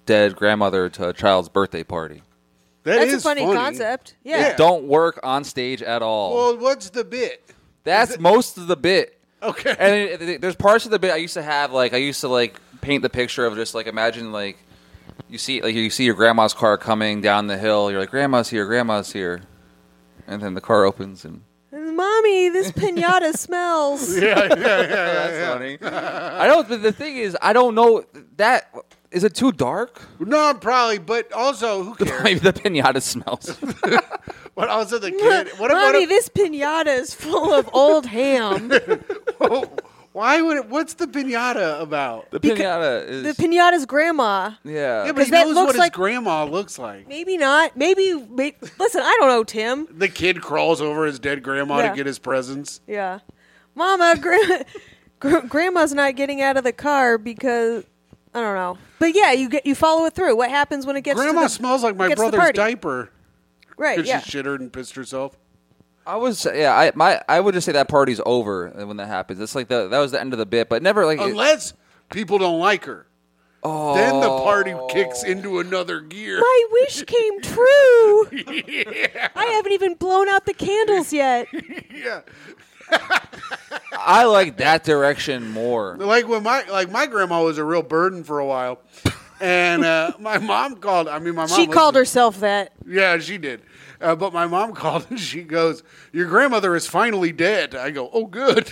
[SPEAKER 1] dead grandmother to a child's birthday party.
[SPEAKER 3] That
[SPEAKER 2] That's a
[SPEAKER 3] is
[SPEAKER 2] funny, concept. Yeah.
[SPEAKER 3] Yeah.
[SPEAKER 1] Don't work on stage at all.
[SPEAKER 3] Well, what's the bit?
[SPEAKER 1] That's most of the bit.
[SPEAKER 3] Okay.
[SPEAKER 1] And it, it- there's parts of the bit I used to have like I used to like paint the picture of just like imagine like you see like you see your grandma's car coming down the hill. You're like grandma's here, grandma's here, and then the car opens and.
[SPEAKER 2] Mommy, this pinata smells.
[SPEAKER 1] That's funny. I don't. but The thing is, I don't know that. Is it too dark?
[SPEAKER 3] No, probably, but also who cares?
[SPEAKER 1] Maybe the pinata smells.
[SPEAKER 3] but also the kid. What about
[SPEAKER 2] Mommy, this pinata is full of old ham.
[SPEAKER 3] why would it, what's the pinata about?
[SPEAKER 1] The
[SPEAKER 2] Because-
[SPEAKER 1] pinata is.
[SPEAKER 2] the pinata's grandma.
[SPEAKER 1] yeah.
[SPEAKER 3] Yeah, but he
[SPEAKER 2] 'Cause that
[SPEAKER 3] knows
[SPEAKER 2] looks
[SPEAKER 3] what
[SPEAKER 2] like-
[SPEAKER 3] his grandma looks like.
[SPEAKER 2] Maybe not. Maybe, may Listen, I don't know, Tim.
[SPEAKER 3] The kid crawls over his dead grandma
[SPEAKER 2] Yeah.
[SPEAKER 3] to get his presents.
[SPEAKER 2] Yeah, Mama, gra- gr- Grandma's not getting out of the car because I don't know. But yeah, you get you follow it through. What happens when it gets
[SPEAKER 3] Grandma
[SPEAKER 2] to the,
[SPEAKER 3] smells like my
[SPEAKER 2] gets to the
[SPEAKER 3] brother's
[SPEAKER 2] party.
[SPEAKER 3] diaper
[SPEAKER 2] right?
[SPEAKER 3] because
[SPEAKER 2] Yeah,
[SPEAKER 3] she shittered and pissed herself.
[SPEAKER 1] I was yeah. I my I would just say that party's over when that happens. It's like the that was the end of the bit, but never like. it-
[SPEAKER 3] Unless people don't like her, then the party
[SPEAKER 2] Oh.
[SPEAKER 3] kicks into another gear.
[SPEAKER 2] my wish came true. I haven't even blown out the candles yet.
[SPEAKER 3] yeah,
[SPEAKER 1] I like that direction more.
[SPEAKER 3] like when my like my grandma was a real burden for a while, and uh, my mom called. I mean, my mom
[SPEAKER 2] She called
[SPEAKER 3] listened.
[SPEAKER 2] herself that.
[SPEAKER 3] Yeah, she did. Uh, but my mom called and she goes, "Your grandmother is finally dead." I go, "Oh, good."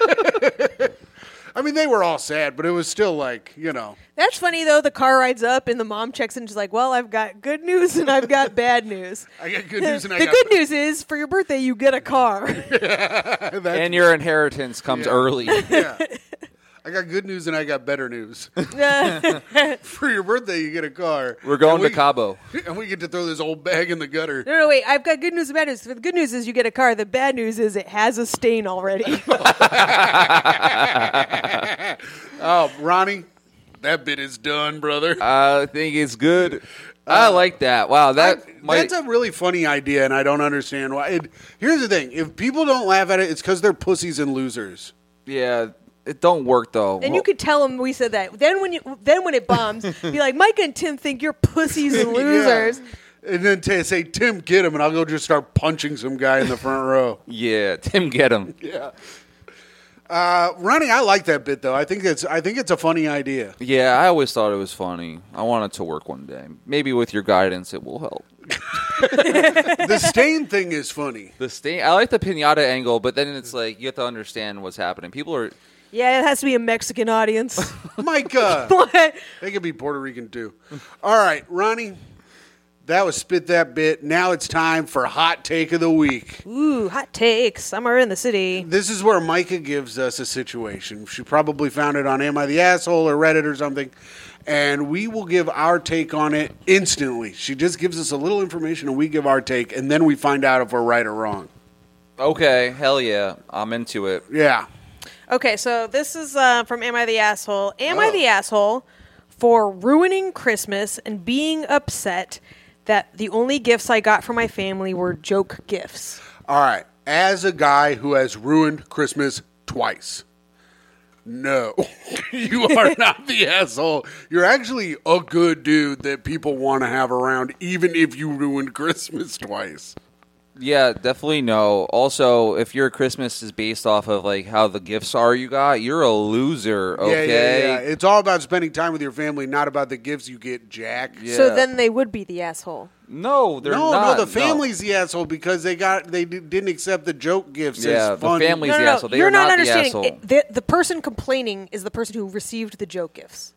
[SPEAKER 3] I mean, they were all sad, but it was still like you know.
[SPEAKER 2] That's funny though. The car rides up and the mom checks in. and She's like, "Well, I've got good news and I've got bad news."
[SPEAKER 3] I got good news and I
[SPEAKER 2] the
[SPEAKER 3] got
[SPEAKER 2] good news is for your birthday you get a car.
[SPEAKER 1] And your inheritance comes early.
[SPEAKER 3] I got good news and I got better news.
[SPEAKER 2] Uh,
[SPEAKER 3] For your birthday, you get a car.
[SPEAKER 1] We're going
[SPEAKER 3] And we-
[SPEAKER 1] to Cabo.
[SPEAKER 3] and we get to throw this old bag in the gutter.
[SPEAKER 2] no, no, wait. I've got good news and bad news. The good news is you get a car. The bad news is it has a stain already.
[SPEAKER 3] Oh, Ronnie, that bit is done, brother.
[SPEAKER 1] I think it's good. I like that. Wow, that might.
[SPEAKER 3] That's a really funny idea, and I don't understand why. It, here's the thing: if people don't laugh at it, it's because they're pussies and losers.
[SPEAKER 1] yeah, it don't work though.
[SPEAKER 2] and you could tell them we said that. Then when you, then when it bombs, be like, Mike and Tim think you're pussies and losers.
[SPEAKER 3] Yeah. And then t- say, Tim, get him, and I'll go just start punching some guy in the front row.
[SPEAKER 1] Yeah, Tim, get him.
[SPEAKER 3] Yeah. Uh, Ronnie, I like that bit though. I think it's I think it's a funny idea.
[SPEAKER 1] Yeah, I always thought it was funny. I want it to work one day. Maybe with your guidance, it will help.
[SPEAKER 3] The stain thing is funny.
[SPEAKER 1] The stain. I like the pinata angle, but then it's like you have to understand what's happening. People are.
[SPEAKER 2] Yeah, it has to be a Mexican audience.
[SPEAKER 3] Micah,
[SPEAKER 2] What?
[SPEAKER 3] they could be Puerto Rican too. All right, Ronnie, that was spit that bit. Now it's time for hot take of the week.
[SPEAKER 2] Ooh, hot take. Summer in the city.
[SPEAKER 3] This is where Micah gives us a situation. She probably found it on Am I the Asshole or Reddit or something. And we will give our take on it instantly. She just gives us a little information and we give our take, and then we find out if we're right or wrong.
[SPEAKER 1] Okay, hell yeah, I'm into it.
[SPEAKER 3] Yeah.
[SPEAKER 2] Okay, so this is uh, from Am I the Asshole? Am I the Asshole for ruining Christmas and being upset that the only gifts I got from my family were joke gifts.
[SPEAKER 3] All right. As a guy who has ruined Christmas twice, no, you are not the asshole. You're actually a good dude that people want to have around, even if you ruined Christmas twice.
[SPEAKER 1] Yeah, definitely no. Also, if your Christmas is based off of like how the gifts are you got, you're a loser. Okay.
[SPEAKER 3] Yeah, yeah, yeah. It's all about spending time with your family, not about the gifts you get, Jack.
[SPEAKER 1] Yeah.
[SPEAKER 2] So then they would be the asshole.
[SPEAKER 1] No, they're
[SPEAKER 3] No,
[SPEAKER 1] not.
[SPEAKER 3] no, the family's the asshole because they got they d- didn't accept the joke gifts.
[SPEAKER 1] Yeah, the
[SPEAKER 3] as fun.
[SPEAKER 1] family- He's
[SPEAKER 2] no,
[SPEAKER 1] the
[SPEAKER 2] no, no.
[SPEAKER 1] asshole. They
[SPEAKER 2] You're
[SPEAKER 1] are not
[SPEAKER 2] not,
[SPEAKER 1] the
[SPEAKER 2] understanding.
[SPEAKER 1] asshole.
[SPEAKER 2] It- the, the person complaining is the person who received the joke gifts.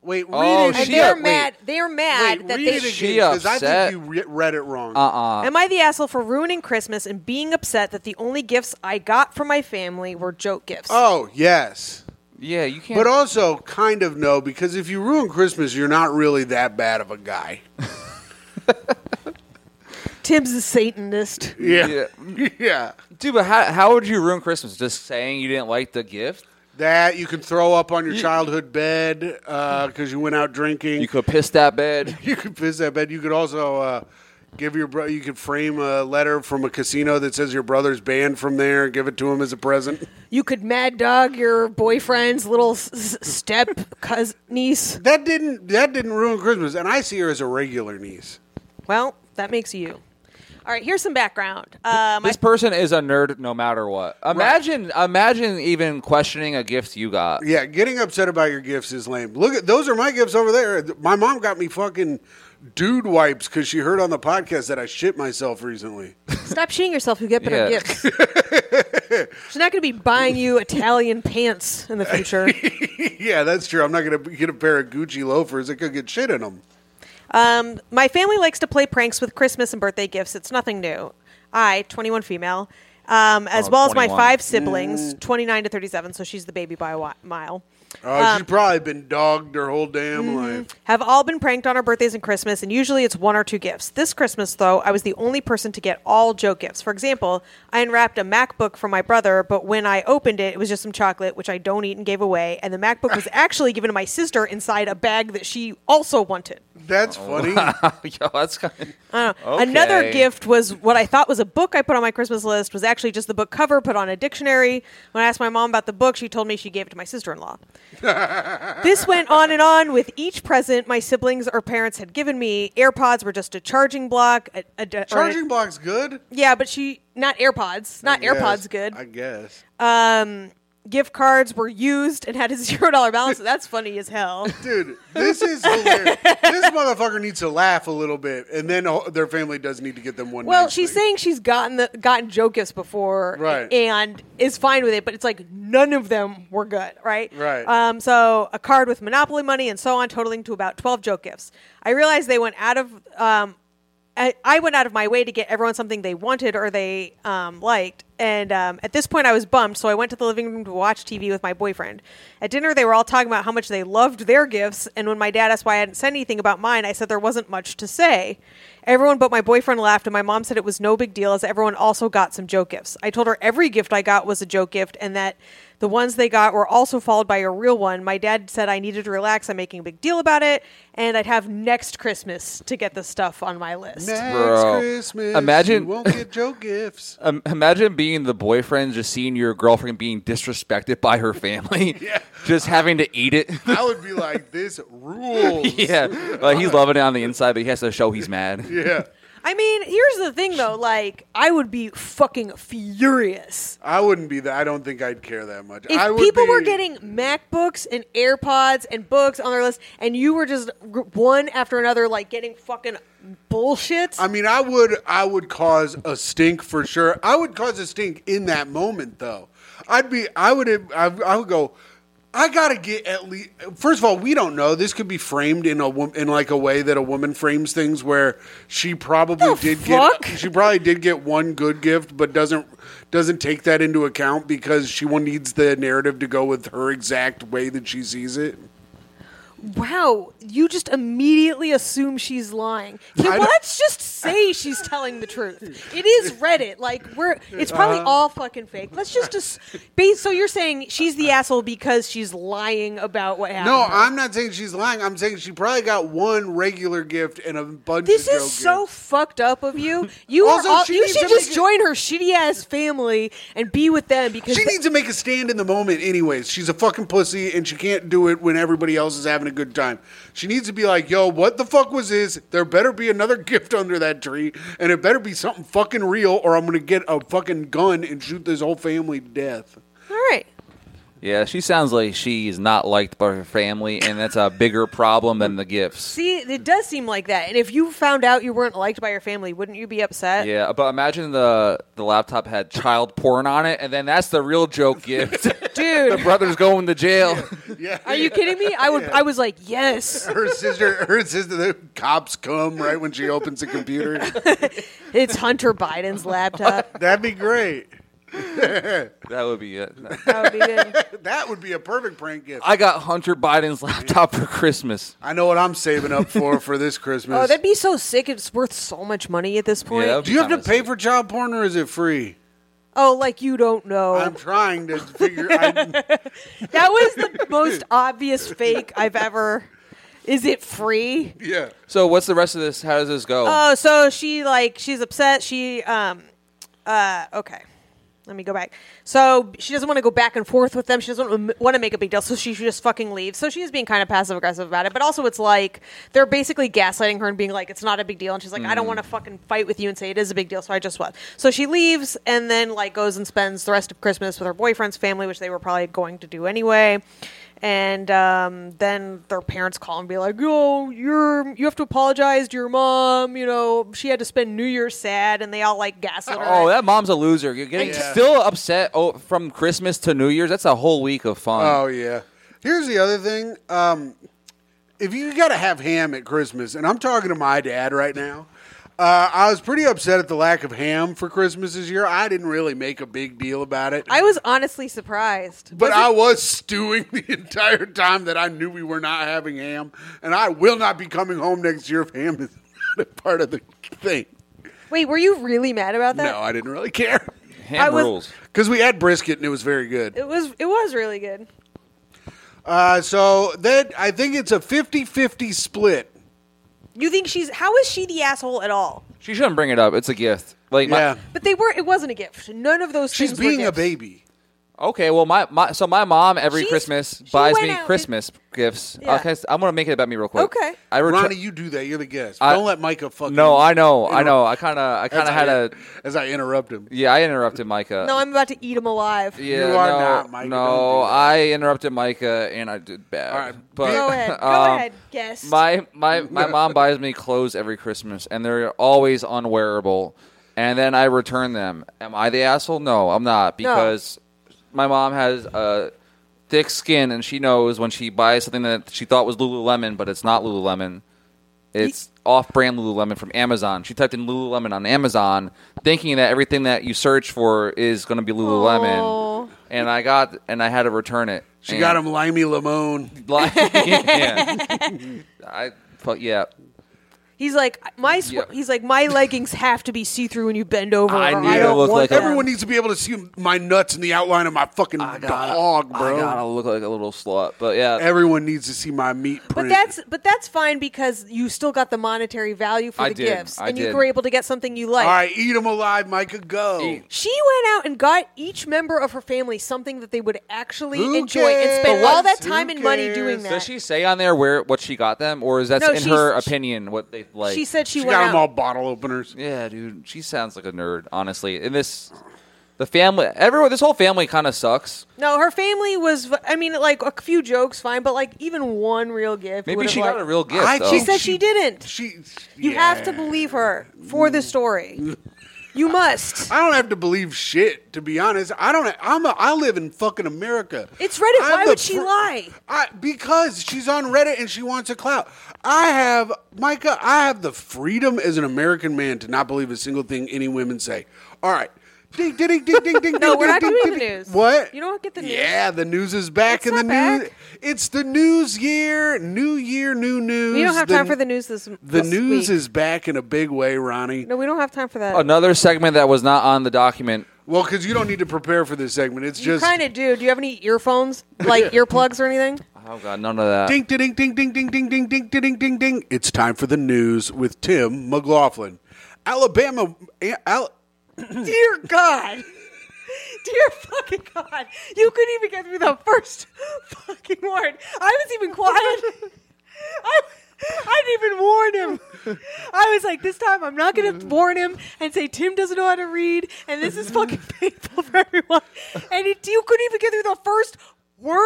[SPEAKER 3] Wait, read
[SPEAKER 1] Oh,
[SPEAKER 3] it.
[SPEAKER 2] And
[SPEAKER 1] She
[SPEAKER 2] they're
[SPEAKER 1] up- wait.
[SPEAKER 2] mad. They're mad
[SPEAKER 3] Wait,
[SPEAKER 2] that
[SPEAKER 3] read
[SPEAKER 2] they
[SPEAKER 3] it again
[SPEAKER 1] She
[SPEAKER 3] because I
[SPEAKER 1] upset. Uh-uh.
[SPEAKER 3] think you re- read it wrong.
[SPEAKER 1] Uh,
[SPEAKER 2] Am I the asshole for ruining Christmas and being upset that the only gifts I got from my family were joke gifts?
[SPEAKER 3] Oh yes,
[SPEAKER 1] Yeah, you can't.
[SPEAKER 3] but also kind of no because if you ruin Christmas, you're not really that bad of a guy.
[SPEAKER 2] Tim's a Satanist.
[SPEAKER 3] Yeah, yeah.
[SPEAKER 1] dude, but how, how would you ruin Christmas? Just saying you didn't like the gift?
[SPEAKER 3] That you can throw up on your childhood bed because you went out drinking.
[SPEAKER 1] You could piss that bed.
[SPEAKER 3] You could piss that bed. You could also uh, give your bro. You could frame a letter from a casino that says your brother's banned from there. Give it to him as a present.
[SPEAKER 2] You could mad dog your boyfriend's little s- s- step cousin niece.
[SPEAKER 3] That didn't. That didn't ruin Christmas. And I see her as a regular niece.
[SPEAKER 2] Well, that makes you. All right, here's some background. Um,
[SPEAKER 1] This person is a nerd no matter what. Imagine imagine even questioning a gift you got.
[SPEAKER 3] Yeah, getting upset about your gifts is lame. Look at those are my gifts over there. My mom got me fucking dude wipes because she heard on the podcast that I shit myself recently.
[SPEAKER 2] Stop shitting yourself. You get better
[SPEAKER 1] Yeah.
[SPEAKER 2] gifts. She's not going to be buying you Italian pants in the future.
[SPEAKER 3] yeah, that's true. I'm not gonna get a pair of Gucci loafers. I could get shit in them.
[SPEAKER 2] Um, my family likes to play pranks with Christmas and birthday gifts. It's nothing new. I, 21 female, um, as
[SPEAKER 1] Oh,
[SPEAKER 2] well as my
[SPEAKER 1] 21.
[SPEAKER 2] five siblings, 29 to 37, so she's the baby by a wi- mile,
[SPEAKER 3] Oh, she's probably been dogged her whole damn life.
[SPEAKER 2] have all been pranked on our birthdays and Christmas, and usually it's one or two gifts. This Christmas, though, I was the only person to get all joke gifts. For example, I unwrapped a MacBook for my brother, but when I opened it, it was just some chocolate, which I don't eat and gave away, and the MacBook was actually given to my sister inside a bag that she also wanted.
[SPEAKER 3] That's funny.
[SPEAKER 1] Yo, that's kind of.
[SPEAKER 3] Uh,
[SPEAKER 2] Another gift was what I thought was a book I put on my Christmas list was actually just the book cover put on a dictionary. When I asked my mom about the book, she told me she gave it to my sister-in-law. this went on and on with each present my siblings or parents had given me. AirPods were just a charging block. A, a, or a-
[SPEAKER 3] Charging block's good.
[SPEAKER 2] yeah, but she not AirPods, not AirPods.
[SPEAKER 3] Yes,
[SPEAKER 2] Good.
[SPEAKER 3] I guess.
[SPEAKER 2] Um, gift cards were used and had a zero dollar balance. so that's funny as hell.
[SPEAKER 3] Dude, this is hilarious. this motherfucker needs to laugh a little bit, and then oh, their family does need to get them one.
[SPEAKER 2] Well,
[SPEAKER 3] nice
[SPEAKER 2] she's
[SPEAKER 3] thing.
[SPEAKER 2] saying she's gotten the gotten joke gifts before,
[SPEAKER 3] Right.
[SPEAKER 2] And is fine with it, but it's like none of them were good, right?
[SPEAKER 3] Right.
[SPEAKER 2] Um, so a card with Monopoly money and so on, totaling to about twelve joke gifts. I realized they went out of um, I, I went out of my way to get everyone something they wanted or they um, liked. And um, at this point, I was bummed, so I went to the living room to watch TV with my boyfriend. At dinner, they were all talking about how much they loved their gifts, and when my dad asked why I hadn't said anything about mine, I said there wasn't much to say. Everyone but my boyfriend laughed, and my mom said it was no big deal, as everyone also got some joke gifts. I told her every gift I got was a joke gift, and that the ones they got were also followed by a real one. My dad said I needed to relax. I'm making a big deal about it, and I'd have next Christmas to get the stuff on my list.
[SPEAKER 3] Next
[SPEAKER 1] Bro.
[SPEAKER 3] Christmas,
[SPEAKER 1] Imagine-
[SPEAKER 3] you won't get joke gifts.
[SPEAKER 1] Um, imagine being the boyfriend, just seeing your girlfriend being disrespected by her family,
[SPEAKER 3] Yeah.
[SPEAKER 1] just having to eat it.
[SPEAKER 3] I would be like, this rules.
[SPEAKER 1] yeah, like he's loving it on the inside, but he has to show he's mad.
[SPEAKER 3] Yeah.
[SPEAKER 2] I mean, here's the thing though, like I would be fucking furious.
[SPEAKER 3] I wouldn't be that. I don't think I'd care that much. I
[SPEAKER 2] If
[SPEAKER 3] would
[SPEAKER 2] people were
[SPEAKER 3] be-
[SPEAKER 2] getting MacBooks and AirPods and books on their list and you were just gr- one after another like getting fucking bullshit.
[SPEAKER 3] I mean, I would. I would cause a stink for sure. I would cause a stink in that moment, though. I'd be. I would. I, I would go. I gotta get at least. First of all, we don't know. This could be framed in a wom- in like a way that a woman frames things, where she probably
[SPEAKER 2] The
[SPEAKER 3] did
[SPEAKER 2] fuck?
[SPEAKER 3] get. She probably did get one good gift, but doesn't doesn't take that into account because she one needs the narrative to go with her exact way that she sees it.
[SPEAKER 2] wow, you just immediately assume she's lying. Yeah,
[SPEAKER 3] I
[SPEAKER 2] well,
[SPEAKER 3] don't-
[SPEAKER 2] that's just say she's telling the truth. It is Reddit. Like we're it's probably
[SPEAKER 3] Uh-huh.
[SPEAKER 2] all fucking fake. Let's just dis- base, so you're saying she's the asshole because she's lying about what happened.
[SPEAKER 3] No, I'm not saying she's lying. I'm saying she probably got one regular gift and a bunch
[SPEAKER 2] This
[SPEAKER 3] of
[SPEAKER 2] is
[SPEAKER 3] joke
[SPEAKER 2] so
[SPEAKER 3] gifts.
[SPEAKER 2] fucked up of you. You are
[SPEAKER 3] Also,
[SPEAKER 2] all,
[SPEAKER 3] she
[SPEAKER 2] you
[SPEAKER 3] needs
[SPEAKER 2] should
[SPEAKER 3] to
[SPEAKER 2] just
[SPEAKER 3] make it-
[SPEAKER 2] join her shitty ass family and be with them because
[SPEAKER 3] She
[SPEAKER 2] they-
[SPEAKER 3] needs to make a stand in the moment, anyways. She's a fucking pussy, and she can't do it when everybody else is having a good time. She needs to be like, "Yo, what the fuck was this? There better be another gift under that tree, and it better be something fucking real, or I'm gonna get a fucking gun and shoot this whole family to death."
[SPEAKER 2] all right.
[SPEAKER 1] Yeah, she sounds like she's not liked by her family, and that's a bigger problem than the gifts.
[SPEAKER 2] See, it does seem like that. And if you found out you weren't liked by your family, wouldn't you be upset?
[SPEAKER 1] Yeah, but imagine the the laptop had child porn on it, and then that's the real joke gift.
[SPEAKER 2] Dude.
[SPEAKER 1] the brother's going to jail.
[SPEAKER 3] Yeah.
[SPEAKER 2] Are you kidding me? I would. I was like, yes,
[SPEAKER 3] Her sister, her sister, the cops come right when she opens the computer.
[SPEAKER 2] it's Hunter Biden's laptop.
[SPEAKER 3] That'd be great.
[SPEAKER 1] That would be it.
[SPEAKER 2] That would be good.
[SPEAKER 3] That would be a perfect prank gift.
[SPEAKER 1] I got Hunter Biden's laptop for Christmas.
[SPEAKER 3] I know what I'm saving up for for this Christmas.
[SPEAKER 2] Oh, that'd be so sick. It's worth so much money at this point.
[SPEAKER 1] Yeah, that'd
[SPEAKER 3] Do you have to
[SPEAKER 1] kinda
[SPEAKER 3] pay
[SPEAKER 1] sick.
[SPEAKER 3] for child porn or is it free?
[SPEAKER 2] oh, like you don't know.
[SPEAKER 3] I'm trying to figure. I,
[SPEAKER 2] that was the most obvious fake I've ever. Is it free?
[SPEAKER 3] yeah,
[SPEAKER 1] So what's the rest of this? How does this go?
[SPEAKER 2] Oh, so she like she's upset. She um uh okay. Let me go back. So she doesn't want to go back and forth with them. She doesn't want to make a big deal. So she just fucking leaves. So she is being kind of passive aggressive about it. But also, it's like they're basically gaslighting her and being like, "It's not a big deal." And she's like, "I don't want to fucking fight with you and say it is a big deal." So I just left. So she leaves and then like goes and spends the rest of Christmas with her boyfriend's family, which they were probably going to do anyway. And um, then their parents call and be like, "Yo, you're you have to apologize to your mom. You know, she had to spend New Year's sad." And they all like gaslight her.
[SPEAKER 1] Oh, that mom's a loser. You're getting
[SPEAKER 3] Yeah.
[SPEAKER 1] still upset oh, from Christmas to New Year's. That's a whole week of fun.
[SPEAKER 3] Oh yeah. Here's the other thing. Um, if you got to have ham at Christmas, and I'm talking to my dad right now, uh, I was pretty upset at the lack of ham for Christmas this year. I didn't really make a big deal about it.
[SPEAKER 2] I was honestly surprised.
[SPEAKER 3] but I was stewing the entire time that I knew we were not having ham, and I will not be coming home next year if ham is not a part of the thing.
[SPEAKER 2] Wait, were you really mad about that?
[SPEAKER 3] No, I didn't really care
[SPEAKER 1] Ham
[SPEAKER 2] I was-
[SPEAKER 1] rules.
[SPEAKER 3] because we had brisket and it was very good.
[SPEAKER 2] It was it was really good.
[SPEAKER 3] Uh, so that I think it's a 50-50 split.
[SPEAKER 2] You think she's how is she the asshole at all?
[SPEAKER 1] She shouldn't bring it up. It's a gift. Like my,
[SPEAKER 3] Yeah,
[SPEAKER 2] But they were it wasn't a gift. None of those
[SPEAKER 3] she's
[SPEAKER 2] things
[SPEAKER 3] being
[SPEAKER 2] were
[SPEAKER 3] a
[SPEAKER 2] gifts.
[SPEAKER 3] baby.
[SPEAKER 1] Okay, well, my, my so my mom every
[SPEAKER 2] She's-
[SPEAKER 1] Christmas
[SPEAKER 2] she
[SPEAKER 1] buys
[SPEAKER 2] went
[SPEAKER 1] me
[SPEAKER 2] out and-
[SPEAKER 1] Christmas gifts.
[SPEAKER 2] Yeah.
[SPEAKER 1] Okay, so I'm gonna make it about me real quick.
[SPEAKER 2] Okay.
[SPEAKER 1] I return.
[SPEAKER 3] Ronnie, you do that. You're the guest.
[SPEAKER 1] I-
[SPEAKER 3] Don't let Micah fuck.
[SPEAKER 1] no,
[SPEAKER 3] you.
[SPEAKER 1] I know, I
[SPEAKER 3] Interrupt-
[SPEAKER 1] know. I kind of, I
[SPEAKER 3] as
[SPEAKER 1] kind of had a.
[SPEAKER 3] as I interrupt him.
[SPEAKER 1] Yeah, I interrupted Micah.
[SPEAKER 2] No, I'm about to eat him alive.
[SPEAKER 1] yeah,
[SPEAKER 3] You are
[SPEAKER 1] no,
[SPEAKER 3] not, Micah, don't
[SPEAKER 1] No,
[SPEAKER 3] do that.
[SPEAKER 1] I interrupted Micah and I did bad.
[SPEAKER 3] All right,
[SPEAKER 1] but,
[SPEAKER 2] Go ahead. Go
[SPEAKER 1] um,
[SPEAKER 2] ahead, guess.
[SPEAKER 1] My my my mom buys me clothes every Christmas, and they're always unwearable. And then I return them. Am I the asshole? No, I'm not because my mom has a thick skin, and she knows when she buys something that she thought was Lululemon, but it's not Lululemon. It's off-brand Lululemon from Amazon. She typed in Lululemon on Amazon, thinking that everything that you search for is going to be Lululemon.
[SPEAKER 2] Aw.
[SPEAKER 1] And I got, and I had to return it.
[SPEAKER 3] She
[SPEAKER 1] And-
[SPEAKER 3] got him limey limone.
[SPEAKER 1] like, yeah. I fuck yeah.
[SPEAKER 2] He's like my sw-
[SPEAKER 1] Yeah.
[SPEAKER 2] he's like my leggings have to be see through when you bend over.
[SPEAKER 1] I
[SPEAKER 2] or
[SPEAKER 1] knew
[SPEAKER 2] I
[SPEAKER 1] it
[SPEAKER 2] don't
[SPEAKER 1] looked
[SPEAKER 2] want
[SPEAKER 1] like-
[SPEAKER 2] them.
[SPEAKER 3] Everyone needs to be able to see my nuts in the outline of my fucking dog, bro.
[SPEAKER 1] I gotta look like a little slut, but yeah.
[SPEAKER 3] Everyone needs to see my meat
[SPEAKER 2] But
[SPEAKER 3] print.
[SPEAKER 2] that's but that's fine because you still got the monetary value for
[SPEAKER 1] I
[SPEAKER 2] the
[SPEAKER 1] did.
[SPEAKER 2] gifts,
[SPEAKER 1] I
[SPEAKER 2] and you
[SPEAKER 1] did.
[SPEAKER 2] were able to get something you
[SPEAKER 3] all
[SPEAKER 2] liked.
[SPEAKER 3] right. Eat them alive, Micah. Go.
[SPEAKER 1] Eat.
[SPEAKER 2] She went out and got each member of her family something that they would actually
[SPEAKER 3] Who
[SPEAKER 2] enjoy and spend
[SPEAKER 3] cares?
[SPEAKER 2] all that
[SPEAKER 3] Who
[SPEAKER 2] time and money doing
[SPEAKER 3] cares?
[SPEAKER 2] that.
[SPEAKER 1] Does she say on there where what she got them, or is that
[SPEAKER 2] No,
[SPEAKER 1] in
[SPEAKER 2] she's-
[SPEAKER 1] her
[SPEAKER 2] she-
[SPEAKER 1] opinion what they like?
[SPEAKER 2] she said she,
[SPEAKER 3] She
[SPEAKER 2] went
[SPEAKER 3] got them
[SPEAKER 2] out.
[SPEAKER 3] all bottle openers.
[SPEAKER 1] "Yeah, dude, she sounds like a nerd, honestly." And this, the family, everyone, this whole family kind of sucks.
[SPEAKER 2] No, her family was. I mean, like a few jokes, fine, but like even one real gift.
[SPEAKER 1] Maybe
[SPEAKER 2] would've,
[SPEAKER 1] she
[SPEAKER 2] like,
[SPEAKER 1] got a real gift.
[SPEAKER 3] I
[SPEAKER 1] though.
[SPEAKER 2] She
[SPEAKER 3] Oh.
[SPEAKER 2] said she,
[SPEAKER 3] She-
[SPEAKER 2] didn't.
[SPEAKER 3] She.
[SPEAKER 2] you
[SPEAKER 3] yeah.
[SPEAKER 2] have to believe her for the story. you must.
[SPEAKER 3] I don't have to believe shit. To be honest, I don't. I'm. A, I live in fucking America.
[SPEAKER 2] It's Reddit. Why
[SPEAKER 3] the
[SPEAKER 2] would she
[SPEAKER 3] fir-
[SPEAKER 2] lie?
[SPEAKER 3] I, because she's on Reddit and she wants a clout. I have Micah. I have the freedom as an American man to not believe a single thing any women say. All right. Ding ding ding ding ding ding.
[SPEAKER 2] No,
[SPEAKER 3] ding,
[SPEAKER 2] we're not
[SPEAKER 3] ding,
[SPEAKER 2] doing
[SPEAKER 3] ding,
[SPEAKER 2] the
[SPEAKER 3] ding.
[SPEAKER 2] news.
[SPEAKER 3] What?
[SPEAKER 2] You don't get the news.
[SPEAKER 3] Yeah, the news is back
[SPEAKER 2] It's
[SPEAKER 3] in the
[SPEAKER 2] not
[SPEAKER 3] news.
[SPEAKER 2] back.
[SPEAKER 3] It's the news year, new year, new news.
[SPEAKER 2] We don't have
[SPEAKER 3] The-
[SPEAKER 2] time for the news this
[SPEAKER 3] The
[SPEAKER 2] this
[SPEAKER 3] news
[SPEAKER 2] week.
[SPEAKER 3] is Oh, back in a big way, Ronnie.
[SPEAKER 2] No, we don't have time for that.
[SPEAKER 1] Another segment that was not on the document.
[SPEAKER 3] Well, because you don't need to prepare for this segment. It's
[SPEAKER 2] you
[SPEAKER 3] just
[SPEAKER 2] kind of do. Do you have any earphones, like earplugs or anything?
[SPEAKER 1] Oh god, none of that.
[SPEAKER 3] ding, ding, ding, ding, ding, ding, ding, ding, ding, ding, ding. It's time for the news with Tim McLaughlin. Alabama, a- Al-
[SPEAKER 2] Dear God. Dear fucking God. You couldn't even get through the first fucking word. I was even quiet. I, I didn't even warn him. I was like, this time I'm not going to warn him and say Tim doesn't know how to read and this is fucking painful for everyone. And it, you couldn't even get through the first word.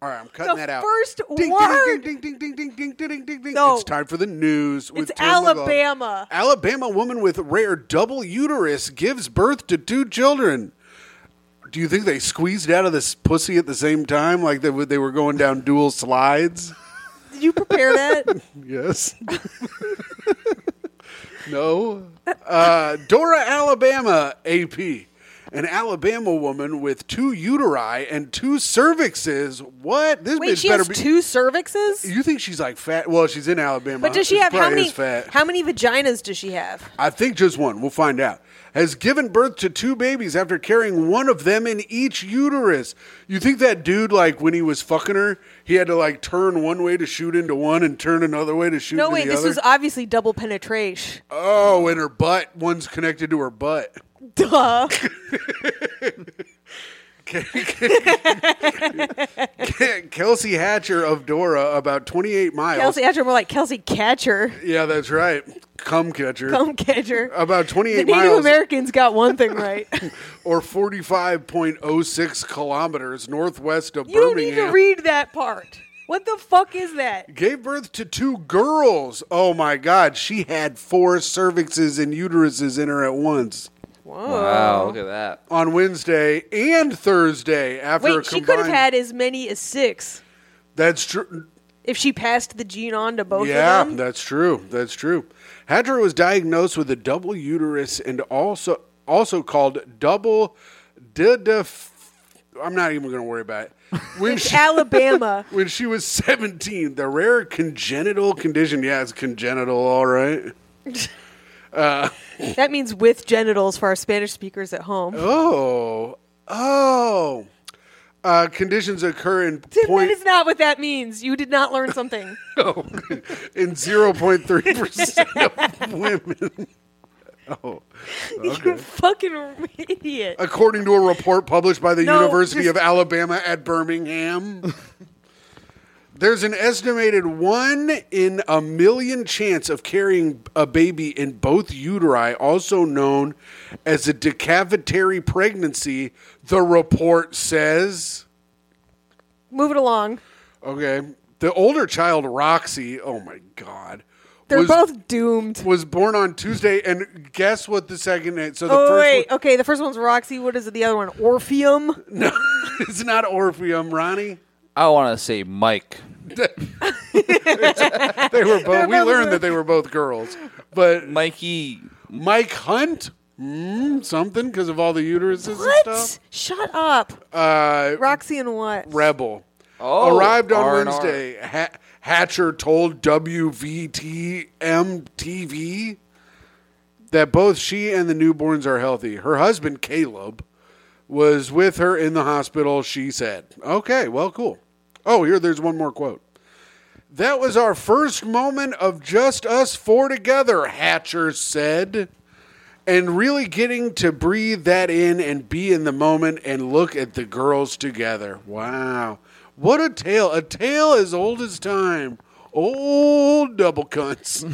[SPEAKER 3] All right, I'm cutting
[SPEAKER 2] The
[SPEAKER 3] that out.
[SPEAKER 2] first
[SPEAKER 3] ding,
[SPEAKER 2] word.
[SPEAKER 3] Ding, ding, ding, ding, ding, ding, ding, ding, ding, ding.
[SPEAKER 2] No.
[SPEAKER 3] It's time for the news with
[SPEAKER 2] It's
[SPEAKER 3] Tim McLaughlin.
[SPEAKER 2] Alabama.
[SPEAKER 3] Alabama woman with rare double uterus gives birth to two children. Do you think they squeezed out of this pussy at the same time, like they were, they were going down dual slides?
[SPEAKER 2] Did you prepare that?
[SPEAKER 3] Yes. no. Uh, Dora, Alabama, AP. An Alabama woman with two uteri and two cervixes. What? This
[SPEAKER 2] Wait,
[SPEAKER 3] bitch
[SPEAKER 2] she
[SPEAKER 3] better
[SPEAKER 2] has
[SPEAKER 3] be.
[SPEAKER 2] two cervixes?
[SPEAKER 3] You think she's like fat? Well, she's in Alabama.
[SPEAKER 2] But does she have how
[SPEAKER 3] probably
[SPEAKER 2] many
[SPEAKER 3] is fat?
[SPEAKER 2] how many vaginas does she have?
[SPEAKER 3] I think just one. We'll find out. Has given birth to two babies after carrying one of them in each uterus. You think that dude, like when he was fucking her, he had to like turn one way to shoot into one and turn another way to shoot
[SPEAKER 2] No,
[SPEAKER 3] into
[SPEAKER 2] wait,
[SPEAKER 3] the
[SPEAKER 2] this
[SPEAKER 3] other?
[SPEAKER 2] was obviously double penetration.
[SPEAKER 3] Oh, and her butt. One's connected to her butt.
[SPEAKER 2] Duh.
[SPEAKER 3] Kelsey Hatcher of Dora, about 28 miles.
[SPEAKER 2] Kelsey Edger, more like Kelsey Catcher.
[SPEAKER 3] Yeah, that's right. Cum catcher.
[SPEAKER 2] Come catcher.
[SPEAKER 3] About
[SPEAKER 2] the
[SPEAKER 3] 28
[SPEAKER 2] Native
[SPEAKER 3] miles
[SPEAKER 2] Americans got one thing right.
[SPEAKER 3] or 45.06 kilometers northwest of
[SPEAKER 2] you need
[SPEAKER 3] Birmingham.
[SPEAKER 2] to read that part. What the fuck is that?
[SPEAKER 3] Gave birth to two girls. Oh my God. She had four cervixes and uteruses in her at once
[SPEAKER 2] Whoa.
[SPEAKER 1] Wow, look at that.
[SPEAKER 3] on Wednesday and Thursday after a
[SPEAKER 2] Wait, she could have
[SPEAKER 3] combined-
[SPEAKER 2] had as many as six
[SPEAKER 3] That's true.
[SPEAKER 2] if she passed the gene on to both
[SPEAKER 3] Yeah,
[SPEAKER 2] of them.
[SPEAKER 3] that's true. That's true. Hadra was diagnosed with a double uterus and also also called double didif- I'm not even going to worry about it. When
[SPEAKER 2] It's
[SPEAKER 3] she,
[SPEAKER 2] Alabama.
[SPEAKER 3] when she was 17, the rare congenital condition. Yeah, it's congenital, all right.
[SPEAKER 2] that means with genitals for our Spanish speakers at home.
[SPEAKER 3] Oh, oh. Uh, conditions occur in
[SPEAKER 2] Tim,
[SPEAKER 3] point
[SPEAKER 2] that is not what that means. You did not learn something.
[SPEAKER 3] in zero point three percent of women.
[SPEAKER 2] You fucking idiot.
[SPEAKER 3] according to a report published by the
[SPEAKER 2] No,
[SPEAKER 3] University
[SPEAKER 2] just-
[SPEAKER 3] of Alabama at Birmingham. There's an estimated one in a million chance of carrying a baby in both uteri, also known as a decavitary pregnancy, the report says.
[SPEAKER 2] Move it along.
[SPEAKER 3] Okay. The older child, Roxy, oh my God.
[SPEAKER 2] They're
[SPEAKER 3] was,
[SPEAKER 2] both doomed.
[SPEAKER 3] was born on Tuesday, and guess what the second so the
[SPEAKER 2] Oh
[SPEAKER 3] first
[SPEAKER 2] wait,
[SPEAKER 3] one,
[SPEAKER 2] okay. The first one's Roxy. What is it? The other one, Orpheum.
[SPEAKER 3] it's not Orpheum, Ronnie.
[SPEAKER 1] I want to say Mike.
[SPEAKER 3] They were
[SPEAKER 2] both
[SPEAKER 3] both. we learned
[SPEAKER 2] girls.
[SPEAKER 3] that they were both girls, but
[SPEAKER 1] Mikey.
[SPEAKER 3] Mike Hunt, mm, something because of all the uteruses and
[SPEAKER 2] What?
[SPEAKER 3] stuff.
[SPEAKER 2] Shut up.
[SPEAKER 3] Uh,
[SPEAKER 2] Roxy and what?
[SPEAKER 3] Rebel
[SPEAKER 1] Oh,
[SPEAKER 3] arrived on
[SPEAKER 1] R&R.
[SPEAKER 3] Wednesday. Ha- Hatcher told WVTM TV that both she and the newborns are healthy. Her husband Caleb was with her in the hospital. She said, "Okay, well, cool." Oh, here, there's one more quote. That was our first moment of just us four together, Hatcher said. And really getting to breathe that in and be in the moment and look at the girls together. Wow. What a tale. A tale as old as time. Old double cunts.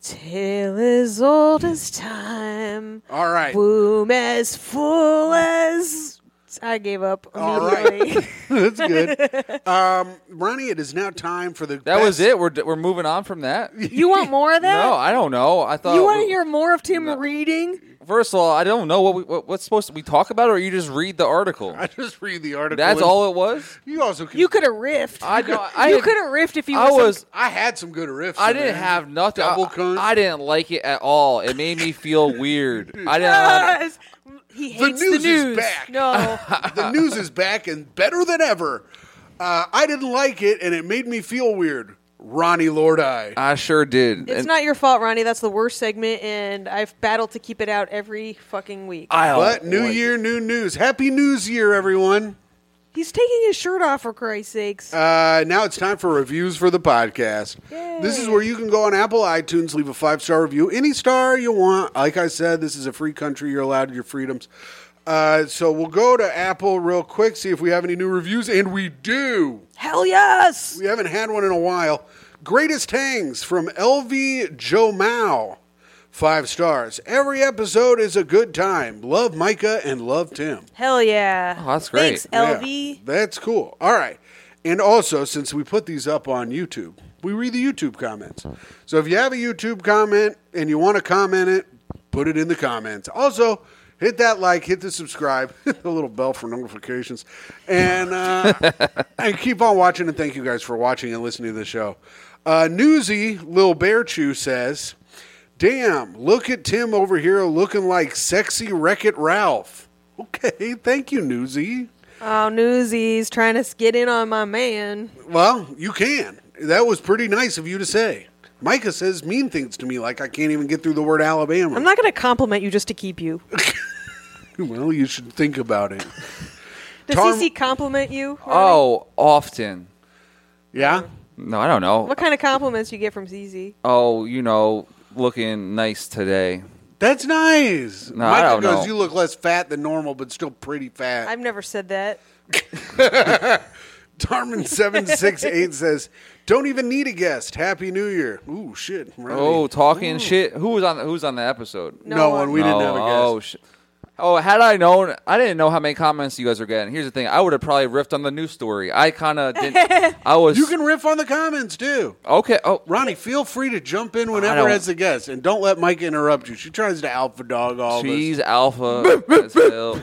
[SPEAKER 2] Tale as old as time.
[SPEAKER 3] All right.
[SPEAKER 2] Womb as full as. I gave up
[SPEAKER 3] All right.
[SPEAKER 2] immediately.
[SPEAKER 3] That's good. Um, Ronnie, it is now time for the.
[SPEAKER 1] That was
[SPEAKER 3] best-
[SPEAKER 1] it. We're d- we're moving on from that.
[SPEAKER 2] you want more of that?
[SPEAKER 1] No, I don't know. I thought
[SPEAKER 2] you want to
[SPEAKER 1] we-
[SPEAKER 2] hear more of Tim reading?
[SPEAKER 1] First of all, I don't know what we what, what's supposed to we talk about, or you just read the article.
[SPEAKER 3] I just read the article.
[SPEAKER 1] That's
[SPEAKER 3] and-
[SPEAKER 1] all it was.
[SPEAKER 3] You also can.
[SPEAKER 2] You could have riffed.
[SPEAKER 1] I don't. I
[SPEAKER 2] you
[SPEAKER 1] had-
[SPEAKER 2] could have riffed if you.
[SPEAKER 1] I
[SPEAKER 2] were some-
[SPEAKER 1] was.
[SPEAKER 3] I had some good riffs.
[SPEAKER 1] I
[SPEAKER 3] in
[SPEAKER 1] didn't
[SPEAKER 3] there.
[SPEAKER 1] have nothing.
[SPEAKER 3] Double
[SPEAKER 1] I,
[SPEAKER 3] cunt.
[SPEAKER 1] I didn't like it at all. It made me feel weird. I didn't. like it.
[SPEAKER 2] Yes. He
[SPEAKER 3] The
[SPEAKER 2] hates
[SPEAKER 3] news is
[SPEAKER 2] the news.
[SPEAKER 3] back.
[SPEAKER 2] No.
[SPEAKER 3] the news is back and better than ever. Uh, I didn't like it, and it made me feel weird. Ronnie Lordi.
[SPEAKER 1] I sure did.
[SPEAKER 2] It's
[SPEAKER 1] And
[SPEAKER 2] not your fault, Ronnie. That's the worst segment, and I've battled to keep it out every fucking week.
[SPEAKER 1] I don't
[SPEAKER 3] But new
[SPEAKER 1] like-
[SPEAKER 3] year, new news. Happy News Year, everyone.
[SPEAKER 2] He's taking his shirt off for Christ's sakes.
[SPEAKER 3] Uh, now it's time for reviews for the podcast.
[SPEAKER 2] Yay.
[SPEAKER 3] This is where you can go on Apple iTunes, leave a five star review, any star you want. Like I said, this is a free country. You're allowed your freedoms. Uh, so we'll go to Apple real quick, see if we have any new reviews, and we do.
[SPEAKER 2] Hell yes!
[SPEAKER 3] We haven't had one in a while. Greatest Hangs from LV Joe Mao. Five stars. Every episode is a good time. Love Micah and love Tim.
[SPEAKER 2] Hell yeah!
[SPEAKER 1] Oh, that's great.
[SPEAKER 2] Thanks,
[SPEAKER 3] Yeah,
[SPEAKER 2] LV.
[SPEAKER 3] that's cool. All right. And also, since we put these up on YouTube, we read the YouTube comments. So if you have a YouTube comment and you want to comment it, put it in the comments. Also, hit that like, hit the subscribe, hit the little bell for notifications, and uh, and keep on watching. And thank you guys for watching and listening to the show. Uh, Newsy Lil Bear Chew says, "Damn, look at Tim over here looking like sexy Wreck It Ralph." Okay, thank you, Newsy.
[SPEAKER 2] Oh, Newsies trying to get in on my man.
[SPEAKER 3] Well, you can. That was pretty nice of you to say. Micah says mean things to me like I can't even get through the word Alabama.
[SPEAKER 2] I'm not going to compliment you just to keep you.
[SPEAKER 3] well, you should think about it.
[SPEAKER 2] Does
[SPEAKER 3] Tarm-
[SPEAKER 2] CC compliment you? Ronnie?
[SPEAKER 1] Oh, often.
[SPEAKER 3] Yeah?
[SPEAKER 1] No, I don't know.
[SPEAKER 2] What kind of compliments you get from CC?
[SPEAKER 1] Oh, you know, looking nice today.
[SPEAKER 3] That's nice.
[SPEAKER 1] No, I
[SPEAKER 3] Micah
[SPEAKER 1] don't
[SPEAKER 3] goes,
[SPEAKER 1] know.
[SPEAKER 3] You look less fat than normal, but still pretty fat.
[SPEAKER 2] I've never said that.
[SPEAKER 3] Tarman768 says, Don't even need a guest. Happy New Year. Ooh, shit. Ronnie.
[SPEAKER 1] Oh, talking shit. Who was on? Who was on the episode?
[SPEAKER 3] no,
[SPEAKER 2] No
[SPEAKER 3] one.
[SPEAKER 2] one.
[SPEAKER 3] We didn't have a guest.
[SPEAKER 1] Oh, sh- oh, had I known, I didn't know how many comments you guys were getting. Here's the thing: I would have probably riffed on the news story. I kind of didn't. I was
[SPEAKER 3] you can riff on the comments, too.
[SPEAKER 1] okay. Oh,
[SPEAKER 3] Ronnie, feel free to jump in
[SPEAKER 1] don't-
[SPEAKER 3] whenever as a guest, and don't let Micah interrupt you. She tries to alpha dog all this.
[SPEAKER 1] she's alpha. as hell.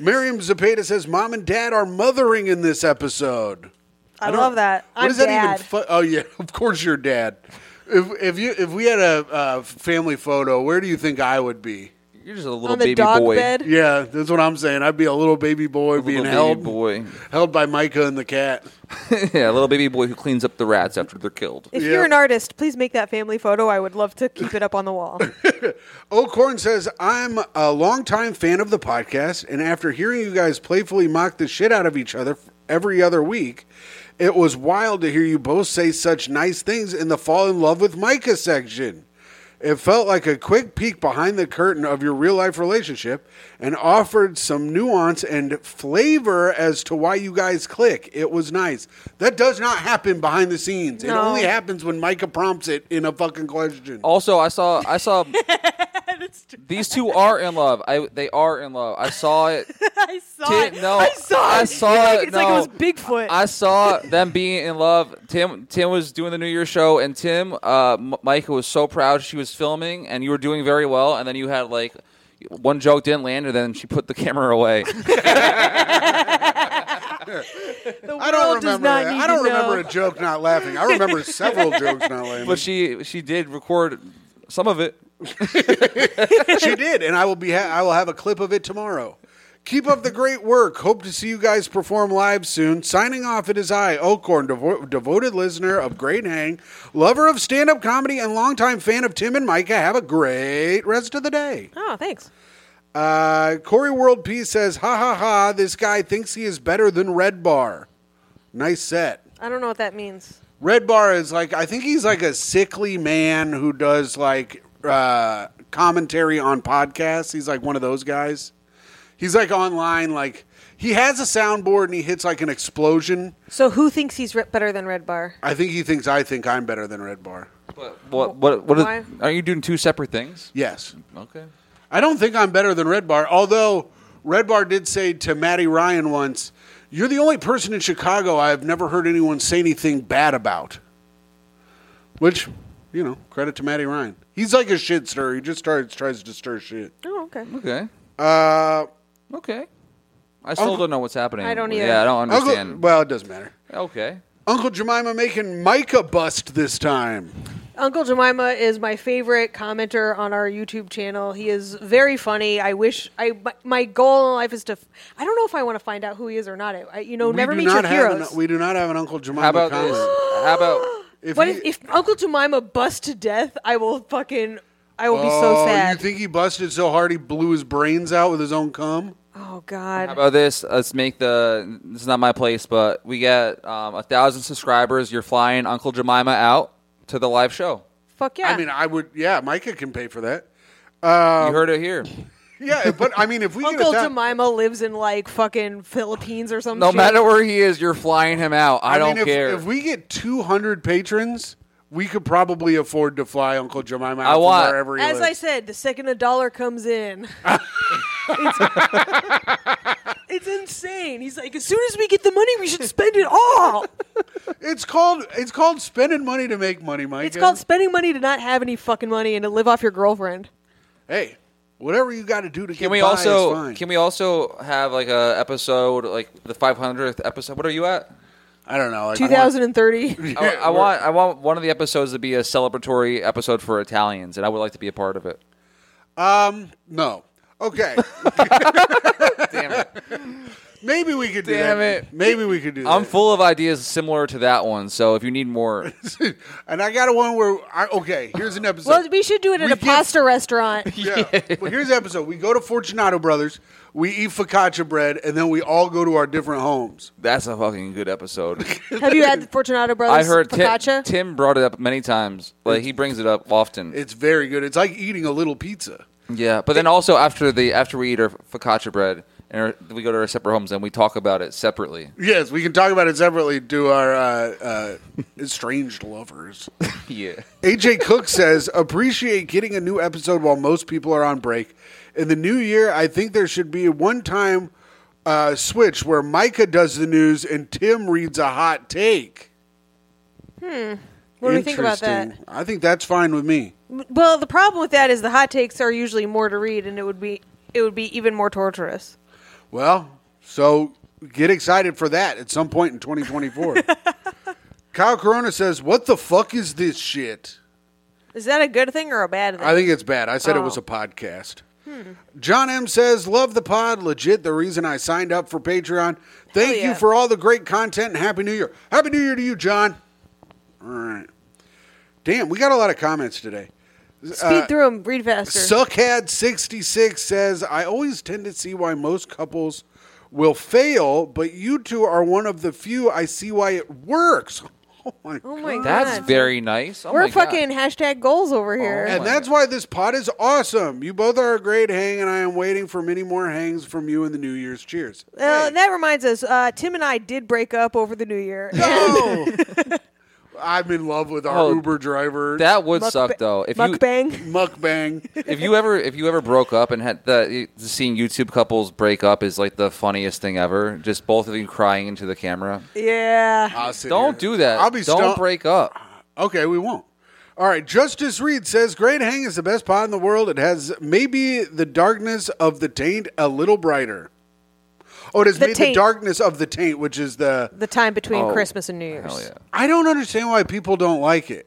[SPEAKER 3] Miriam Zapata says, "Mom and Dad are mothering in this episode."
[SPEAKER 2] I, love that.
[SPEAKER 3] What
[SPEAKER 2] I'm
[SPEAKER 3] does that
[SPEAKER 2] dad.
[SPEAKER 3] even? Fu- oh yeah, of course you're dad. If, if you if we had a uh, family photo, where do you think I would be?
[SPEAKER 1] You're just a little
[SPEAKER 2] on the
[SPEAKER 1] baby
[SPEAKER 2] dog
[SPEAKER 1] boy.
[SPEAKER 2] bed?
[SPEAKER 3] Yeah, that's what I'm saying. I'd be a little baby boy being
[SPEAKER 1] Little baby
[SPEAKER 3] held
[SPEAKER 1] boy.
[SPEAKER 3] held by Micah and the cat.
[SPEAKER 1] yeah, a little baby boy who cleans up the rats after they're killed.
[SPEAKER 2] If
[SPEAKER 3] Yeah.
[SPEAKER 2] you're an artist, please make that family photo. I would love to keep it up on the wall.
[SPEAKER 3] Oakhorn says, I'm a longtime fan of the podcast, and after hearing you guys playfully mock the shit out of each other f- every other week, it was wild to hear you both say such nice things in the Fall in Love with Micah section. It felt like a quick peek behind the curtain of your real life relationship and offered some nuance and flavor as to why you guys click. It was nice. That does not happen behind the scenes. It
[SPEAKER 2] No.
[SPEAKER 3] only happens when Micah prompts it in a fucking question.
[SPEAKER 1] Also, I saw I saw these two are in love. I they are in love. I saw it.
[SPEAKER 2] I saw
[SPEAKER 1] Tim,
[SPEAKER 2] it.
[SPEAKER 1] no,
[SPEAKER 2] I saw it.
[SPEAKER 1] I
[SPEAKER 2] It's
[SPEAKER 1] saw
[SPEAKER 2] like-
[SPEAKER 1] it,
[SPEAKER 2] It's like it
[SPEAKER 1] no.
[SPEAKER 2] was Bigfoot.
[SPEAKER 1] I saw them being in love. Tim Tim was doing the New Year's show, and Tim, uh, M- Micah was so proud she was filming, and you were doing very well. And then you had like one joke didn't land, and then she put the camera away.
[SPEAKER 2] the world
[SPEAKER 3] I don't
[SPEAKER 2] does
[SPEAKER 3] remember.
[SPEAKER 2] not
[SPEAKER 3] that.
[SPEAKER 2] need
[SPEAKER 3] I don't
[SPEAKER 2] to know.
[SPEAKER 3] remember a joke not laughing. I remember several jokes not laughing.
[SPEAKER 1] but she she did record some of it.
[SPEAKER 3] she did, and I will be. Ha- I will have a clip of it tomorrow. Keep up the great work. Hope to see you guys perform live soon. Signing off, it is I, Oakhorn, devo- devoted listener of Great Hang, lover of stand up comedy, and longtime fan of Tim and Micah. Have a great rest of the day.
[SPEAKER 2] Oh, thanks.
[SPEAKER 3] Uh, Corey World Peace says, Ha ha ha, this guy thinks he is better than Red Bar. Nice set.
[SPEAKER 2] I don't know what that means.
[SPEAKER 3] Red Bar is like I think he's like a sickly man who does like uh, commentary on podcasts. He's like one of those guys. He's like online, like he has a soundboard and he hits like an explosion.
[SPEAKER 2] So who thinks he's re- better than Red Bar?
[SPEAKER 3] I think he thinks I think I'm better than Red Bar.
[SPEAKER 1] But what what what?
[SPEAKER 2] Why?
[SPEAKER 1] Are, are you doing two separate things?
[SPEAKER 3] Yes,
[SPEAKER 1] Okay.
[SPEAKER 3] I don't think I'm better than Red Bar. Although Red Bar did say to Matty Ryan once, "You're the only person in Chicago I've never heard anyone say anything bad about." Which, you know, credit to Matty Ryan. He's like a shit stirrer. He just starts tries to stir shit.
[SPEAKER 2] Oh, okay.
[SPEAKER 1] Okay.
[SPEAKER 3] Uh,
[SPEAKER 1] Okay. I still don't know what's happening.
[SPEAKER 2] I don't either.
[SPEAKER 1] Yeah, I don't
[SPEAKER 3] Uncle,
[SPEAKER 1] understand.
[SPEAKER 3] well, it doesn't matter.
[SPEAKER 1] okay.
[SPEAKER 3] Uncle Jemima making Micah bust this time.
[SPEAKER 2] Uncle Jemima is my favorite commenter on our YouTube channel. He is very funny. I wish I my, my goal in life is to. f- I don't know if I want to find out who he is or not. I, I- you know,
[SPEAKER 3] We
[SPEAKER 2] never
[SPEAKER 3] do
[SPEAKER 2] meet your
[SPEAKER 3] not have an-
[SPEAKER 2] heroes.
[SPEAKER 3] we do not have an Uncle Jemima
[SPEAKER 1] How about
[SPEAKER 3] comment.
[SPEAKER 1] this? How about
[SPEAKER 3] If
[SPEAKER 2] what
[SPEAKER 3] he-
[SPEAKER 2] if, if Uncle Jemima busts to death? I will fucking. I will be
[SPEAKER 3] Oh,
[SPEAKER 2] so sad.
[SPEAKER 3] You think he busted so hard he blew his brains out with his own cum?
[SPEAKER 2] oh
[SPEAKER 1] How
[SPEAKER 2] God.
[SPEAKER 1] about this? Let's make the. This is not my place, but we got um, a thousand subscribers. You're flying Uncle Jemima out to the live show.
[SPEAKER 2] Fuck yeah.
[SPEAKER 3] I mean, I would. Yeah, Micah can pay for that. Um,
[SPEAKER 1] you heard it here.
[SPEAKER 3] Yeah, but I mean, if we
[SPEAKER 2] Uncle
[SPEAKER 3] get a thou-
[SPEAKER 2] Jemima lives in like fucking Philippines or something.
[SPEAKER 1] No matter where he is, you're flying him out. I,
[SPEAKER 3] mean,
[SPEAKER 1] don't
[SPEAKER 3] if,
[SPEAKER 1] care.
[SPEAKER 3] If we get 200 patrons, we could probably afford to fly Uncle Jemima out
[SPEAKER 1] I
[SPEAKER 3] from
[SPEAKER 1] want-
[SPEAKER 3] wherever he
[SPEAKER 2] As I
[SPEAKER 3] lives.
[SPEAKER 2] said, the second a dollar comes in, it's, it's insane. He's like, as soon as we get the money, we should spend it all.
[SPEAKER 3] it's called it's called spending money to make money, Micah.
[SPEAKER 2] It's called spending money to not have any fucking money and to live off your girlfriend.
[SPEAKER 3] hey, whatever you got to do to get
[SPEAKER 1] can we
[SPEAKER 3] by is
[SPEAKER 1] also
[SPEAKER 3] fine.
[SPEAKER 1] can we also have like a episode like the 500th episode? What are you at?
[SPEAKER 3] I don't know. Like, I want-
[SPEAKER 2] 2030.
[SPEAKER 1] I, I
[SPEAKER 3] we're-
[SPEAKER 1] want I want one of the episodes to be a celebratory episode for Italians, and I would like to be a part of it.
[SPEAKER 3] No. Okay.
[SPEAKER 1] Damn it!
[SPEAKER 3] Maybe we could do
[SPEAKER 1] Damn
[SPEAKER 3] that.
[SPEAKER 1] it.
[SPEAKER 3] Maybe we could do
[SPEAKER 1] I'm
[SPEAKER 3] that.
[SPEAKER 1] full of ideas similar to that one. So if you need more,
[SPEAKER 3] and I got a one where I, okay, here's an episode.
[SPEAKER 2] Well, we should do it at
[SPEAKER 3] We
[SPEAKER 2] a
[SPEAKER 3] give-
[SPEAKER 2] pasta restaurant.
[SPEAKER 3] yeah. well, here's the episode. We go to Fortunato Brothers, we eat focaccia bread, and then we all go to our different homes.
[SPEAKER 1] that's a fucking good episode.
[SPEAKER 2] Have you had the Fortunato
[SPEAKER 1] I
[SPEAKER 2] Brothers
[SPEAKER 1] heard Tim,
[SPEAKER 2] focaccia?
[SPEAKER 1] Tim brought it up many times. Like he brings it up often.
[SPEAKER 3] It's very good. It's like eating a little pizza.
[SPEAKER 1] yeah, but then also after the after we eat our focaccia bread and our, we go to our separate homes and we talk about it separately.
[SPEAKER 3] Yes, we can talk about it separately to our uh, uh, estranged lovers.
[SPEAKER 1] Yeah.
[SPEAKER 3] AJ Cook says, appreciate getting a new episode while most people are on break. In the new year, I think there should be a one time uh, switch where Micah does the news and Tim reads a hot take.
[SPEAKER 2] What do we think about that?
[SPEAKER 3] Interesting. I think that's fine with me.
[SPEAKER 2] Well, the problem with that is the hot takes are usually more to read, and it would be it would be even more torturous.
[SPEAKER 3] Well, so get excited for that at some point in 2024. Kyle Corona says, What the fuck is this shit?
[SPEAKER 2] Is that a good thing or a bad thing?
[SPEAKER 3] I think it's bad. I said it
[SPEAKER 2] Oh. Hmm.
[SPEAKER 3] was a podcast. John M says, "Love the pod. Legit, the reason I signed up for Patreon. Thank
[SPEAKER 2] yeah.
[SPEAKER 3] you for all the great content and Happy New Year. Happy New Year to you, John." All right. Damn, we got a lot of comments today.
[SPEAKER 1] uh,
[SPEAKER 2] Speed through 'em, through them, read faster.
[SPEAKER 3] Suckhead66 says, I always tend to see why most couples will fail, but you two are one of the few I see why it works. Oh my
[SPEAKER 2] oh
[SPEAKER 3] God.
[SPEAKER 2] my
[SPEAKER 1] That's
[SPEAKER 2] god,
[SPEAKER 1] very nice. Oh
[SPEAKER 2] we're
[SPEAKER 1] my God.
[SPEAKER 2] fucking hashtag goals over here.
[SPEAKER 1] Oh,
[SPEAKER 3] And
[SPEAKER 1] my
[SPEAKER 3] that's why this pod is awesome. You both are a great hang, and I am waiting for many more hangs from you in the New Year's. Cheers.
[SPEAKER 2] Uh,
[SPEAKER 3] Hey.
[SPEAKER 2] That reminds us, uh, Tim and I did break up over the New Year.
[SPEAKER 3] No! Oh. I'm in love with our
[SPEAKER 1] Oh,
[SPEAKER 3] Uber driver.
[SPEAKER 1] That would
[SPEAKER 2] Muck
[SPEAKER 1] suck
[SPEAKER 2] ba-
[SPEAKER 1] though. If you
[SPEAKER 2] Mukbang.
[SPEAKER 3] mukbang.
[SPEAKER 1] if you ever if you ever broke up and had the seeing YouTube couples break up is like the funniest thing ever. Just both of you crying into the camera. Uh,
[SPEAKER 2] Yeah.
[SPEAKER 3] I'll Ah, sit
[SPEAKER 1] Don't
[SPEAKER 3] here.
[SPEAKER 1] do that.
[SPEAKER 3] I'll be
[SPEAKER 1] Don't
[SPEAKER 3] stoned.
[SPEAKER 1] break up.
[SPEAKER 3] Okay, we won't. All right, Justice Reed says Great Hang is the best pod in the world. It has maybe the darkness of the taint a little brighter. Oh, it has
[SPEAKER 2] The
[SPEAKER 3] made the
[SPEAKER 2] taint.
[SPEAKER 3] darkness of the taint, which is the
[SPEAKER 2] The time between
[SPEAKER 1] Oh,
[SPEAKER 2] Christmas and New Year's.
[SPEAKER 1] Hell yeah.
[SPEAKER 3] I don't understand why people don't like it.